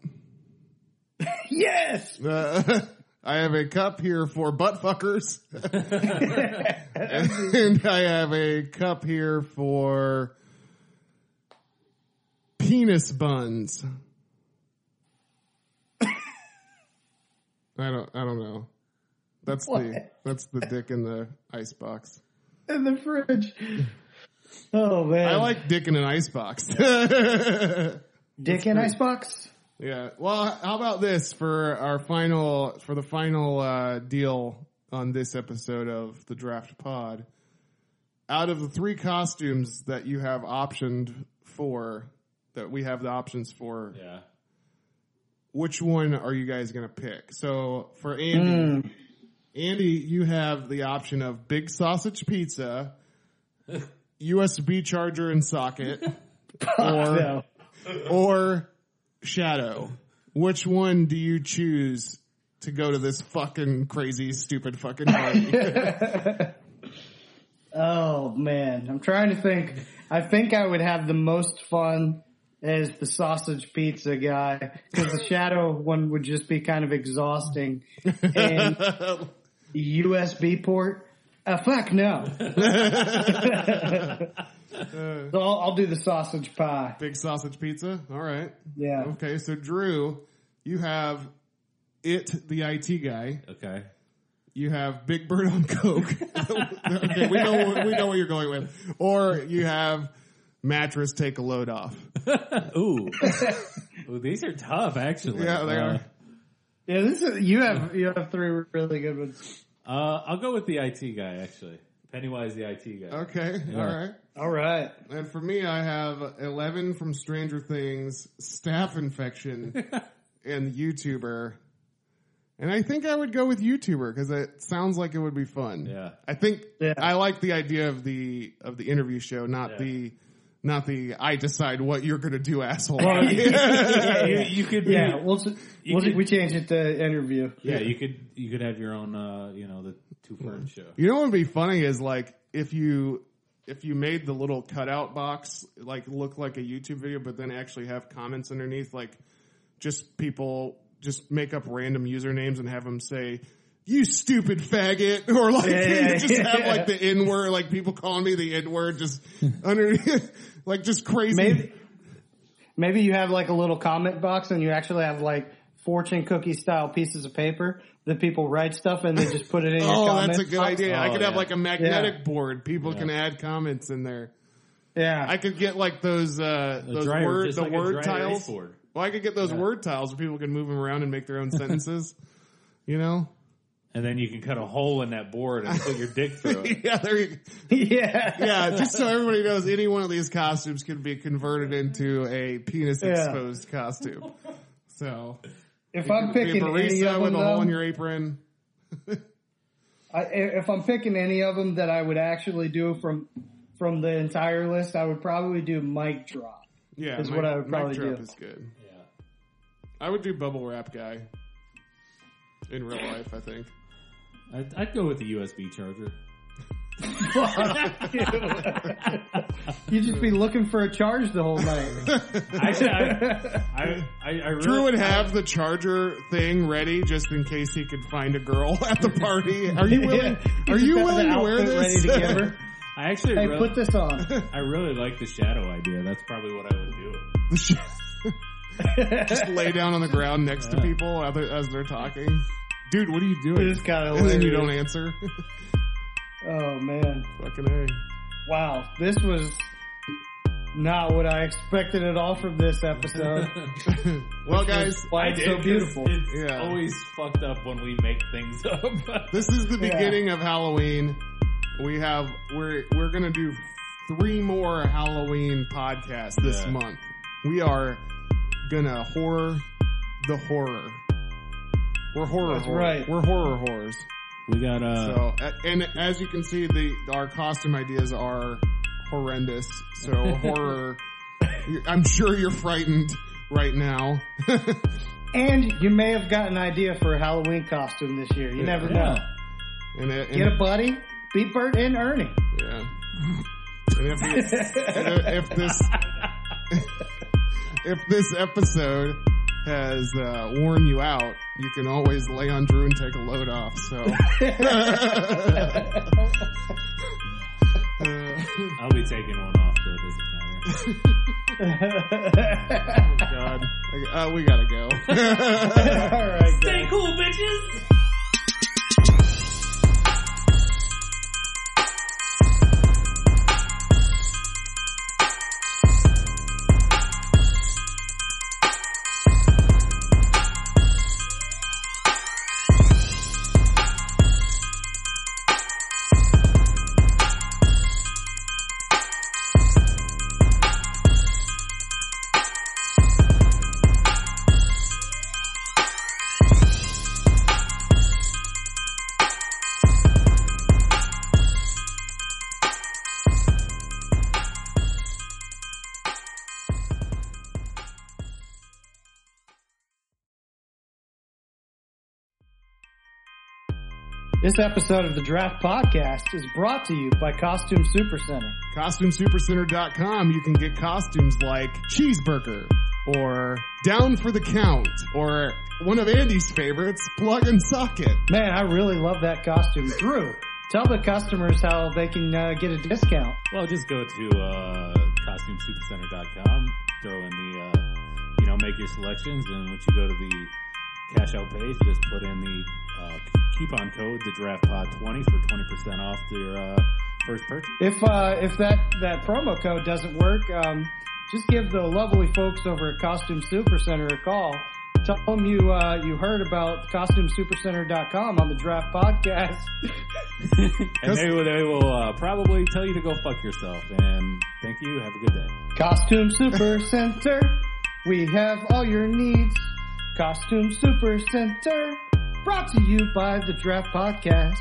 Speaker 4: Yes.
Speaker 2: Uh, I have a cup here for butt fuckers. and I have a cup here for penis buns. I don't I don't know. That's the
Speaker 4: What?
Speaker 2: that's the dick in the icebox.
Speaker 4: In the fridge. Oh man.
Speaker 2: I like dick in an icebox. box.
Speaker 4: Dick and Icebox.
Speaker 2: Yeah. Well, how about this for our final for the final uh, deal on this episode of the Draft Pod? Out of the three costumes that you have optioned for, that we have the options for,
Speaker 3: Yeah.
Speaker 2: which one are you guys going to pick? So for Andy, Andy, you have the option of big sausage pizza, USB charger and socket, or
Speaker 4: So,
Speaker 2: or Shadow. Which one do you choose to go to this fucking crazy, stupid fucking party?
Speaker 4: oh man, I'm trying to think. I think I would have the most fun as the sausage pizza guy because the shadow one would just be kind of exhausting. And USB port? Uh, fuck no. so I'll, I'll do the sausage pie.
Speaker 2: Big sausage pizza. All right.
Speaker 4: Yeah.
Speaker 2: Okay. So Drew, you have it, the IT guy.
Speaker 3: Okay.
Speaker 2: You have Big Bird on Coke. okay, we know we know what you're going with. Or you have mattress take a load off.
Speaker 3: Ooh. Ooh, these are tough, actually.
Speaker 2: Yeah, they
Speaker 3: Uh,
Speaker 4: Yeah, this is you have you have three really good ones.
Speaker 3: Uh, I'll go with the IT guy, actually. Pennywise, the IT guy.
Speaker 2: are. Okay. All
Speaker 3: Yeah.
Speaker 2: right.
Speaker 4: All right.
Speaker 2: And for me, I have 11 from Stranger Things, staff infection, and YouTuber. And I think I would go with YouTuber because it sounds like it would be fun.
Speaker 3: Yeah.
Speaker 2: I think
Speaker 4: Yeah.
Speaker 2: I like the idea of the of the interview show, not
Speaker 3: Yeah.
Speaker 2: the not the I decide what you're gonna do, asshole.
Speaker 3: You, you could be,
Speaker 4: Yeah,
Speaker 3: yeah.
Speaker 4: we'll, s-
Speaker 3: You
Speaker 4: we'll
Speaker 3: could-
Speaker 4: we change it to interview.
Speaker 3: you could you could have your own, uh, you know, the two firm show.
Speaker 2: You know what would be funny is like if you if you made the little cutout box like look like a YouTube video, but then actually have comments underneath, like just people just make up random usernames and have them say. You stupid faggot, or like
Speaker 4: Yeah.
Speaker 2: just have like the N word, like people calling me the N word, just underneath, like just crazy.
Speaker 4: Maybe maybe you have like a little comment box and you actually have like fortune cookie style pieces of paper that people write stuff and they just put it in your
Speaker 2: oh,
Speaker 4: comments.
Speaker 2: that's a good idea. I
Speaker 3: Oh,
Speaker 2: could have
Speaker 3: yeah.
Speaker 2: like a magnetic board. People can add comments in there.
Speaker 4: Yeah.
Speaker 2: I could get like those uh those
Speaker 3: dryer,
Speaker 2: word
Speaker 3: just
Speaker 2: the
Speaker 3: like a dry
Speaker 2: word
Speaker 3: erase
Speaker 2: tiles.
Speaker 3: board.
Speaker 2: Well, I could get those word tiles where people can move them around and make their own sentences. you know?
Speaker 3: And then you can cut a hole in that board and put your dick through it.
Speaker 2: yeah, there. You,
Speaker 4: yeah.
Speaker 2: yeah, just so everybody knows, any one of these costumes can be converted into a penis exposed costume. So,
Speaker 4: If I'm
Speaker 2: be a
Speaker 4: picking any
Speaker 2: barista
Speaker 4: of
Speaker 2: with
Speaker 4: them,
Speaker 2: a hole in
Speaker 4: though,
Speaker 2: your apron.
Speaker 4: I, if I'm picking any of them that I would actually do from from the entire list, I would probably do mic drop.
Speaker 2: Yeah,
Speaker 4: Is what I would probably
Speaker 2: drop
Speaker 4: do.
Speaker 2: is good. I would do bubble wrap guy. In real life, I think.
Speaker 3: I'd, I'd go with the USB charger.
Speaker 4: You'd just be looking for a charge the whole night.
Speaker 3: Actually, I, I, I, I really,
Speaker 2: Drew would have the charger thing ready just in case he could find a girl at the party. Are you willing? Are you
Speaker 4: Just have
Speaker 2: willing
Speaker 4: the
Speaker 2: to wear
Speaker 4: outfit
Speaker 2: this?
Speaker 4: Ready to give her.
Speaker 3: I actually
Speaker 4: Hey,
Speaker 3: really,
Speaker 4: put this on.
Speaker 3: I really like the shadow idea. That's probably what I would do.
Speaker 2: just lay down on the ground next to people as they're, as they're talking. Dude, what are you doing?
Speaker 4: It's kind of
Speaker 2: and then you
Speaker 4: hilarious.
Speaker 2: don't answer.
Speaker 4: Oh man!
Speaker 2: Fucking a.
Speaker 4: Wow, this was not what I expected at all from this episode.
Speaker 2: Well, guys,
Speaker 4: Why it's so
Speaker 3: It-
Speaker 4: beautiful?
Speaker 3: It's, it's
Speaker 2: Yeah.
Speaker 3: always fucked up when we make things up.
Speaker 2: this is the beginning of Halloween. We have we're we're gonna do three more Halloween podcasts this
Speaker 3: Yeah.
Speaker 2: month. We are gonna horror the horror. We're horror.
Speaker 4: That's
Speaker 2: horror.
Speaker 4: right.
Speaker 2: We're horror horrors.
Speaker 3: we got uh,
Speaker 2: So, a- and as you can see, the our costume ideas are horrendous. So horror. you're- I'm sure you're frightened right now.
Speaker 4: and you may have got an idea for a Halloween costume this year. You never know.
Speaker 2: and it, and,
Speaker 4: Get a buddy, beat Bert and Ernie.
Speaker 2: yeah. And if, and if this if this episode has uh, worn you out, you can always lay on Drew and take a load off. So. Uh,
Speaker 3: I'll be taking one off, so it doesn't matter.
Speaker 2: God, uh, we gotta go.
Speaker 4: All right, guys.
Speaker 5: Stay cool, bitches!
Speaker 4: This episode of the Draft Podcast is brought to you by Costume Supercenter.
Speaker 2: CostumeSupercenter.com, you can get costumes like Cheeseburger or Down for the Count or one of Andy's favorites, Plug and Socket.
Speaker 4: Man, I really love that costume. Drew, tell the customers how they can uh, get a discount.
Speaker 6: Well, just go to uh, costumesupercenter.com, throw in the, uh, you know, make your selections, and once you go to the cash out page, just put in the uh, coupon code, the draft pod 20 for 20% off your uh, first purchase.
Speaker 4: If uh, if that, that promo code doesn't work, um, just give the lovely folks over at Costume Supercenter a call. Tell them you uh, you heard about CostumeSupercenter.com on the Draft Podcast.
Speaker 6: And they, will- they will uh, probably tell you to go fuck yourself. And thank you. Have a good day.
Speaker 4: Costume Super Center. We have all your needs. Costume Super Center. Brought to you by the Draft Podcast.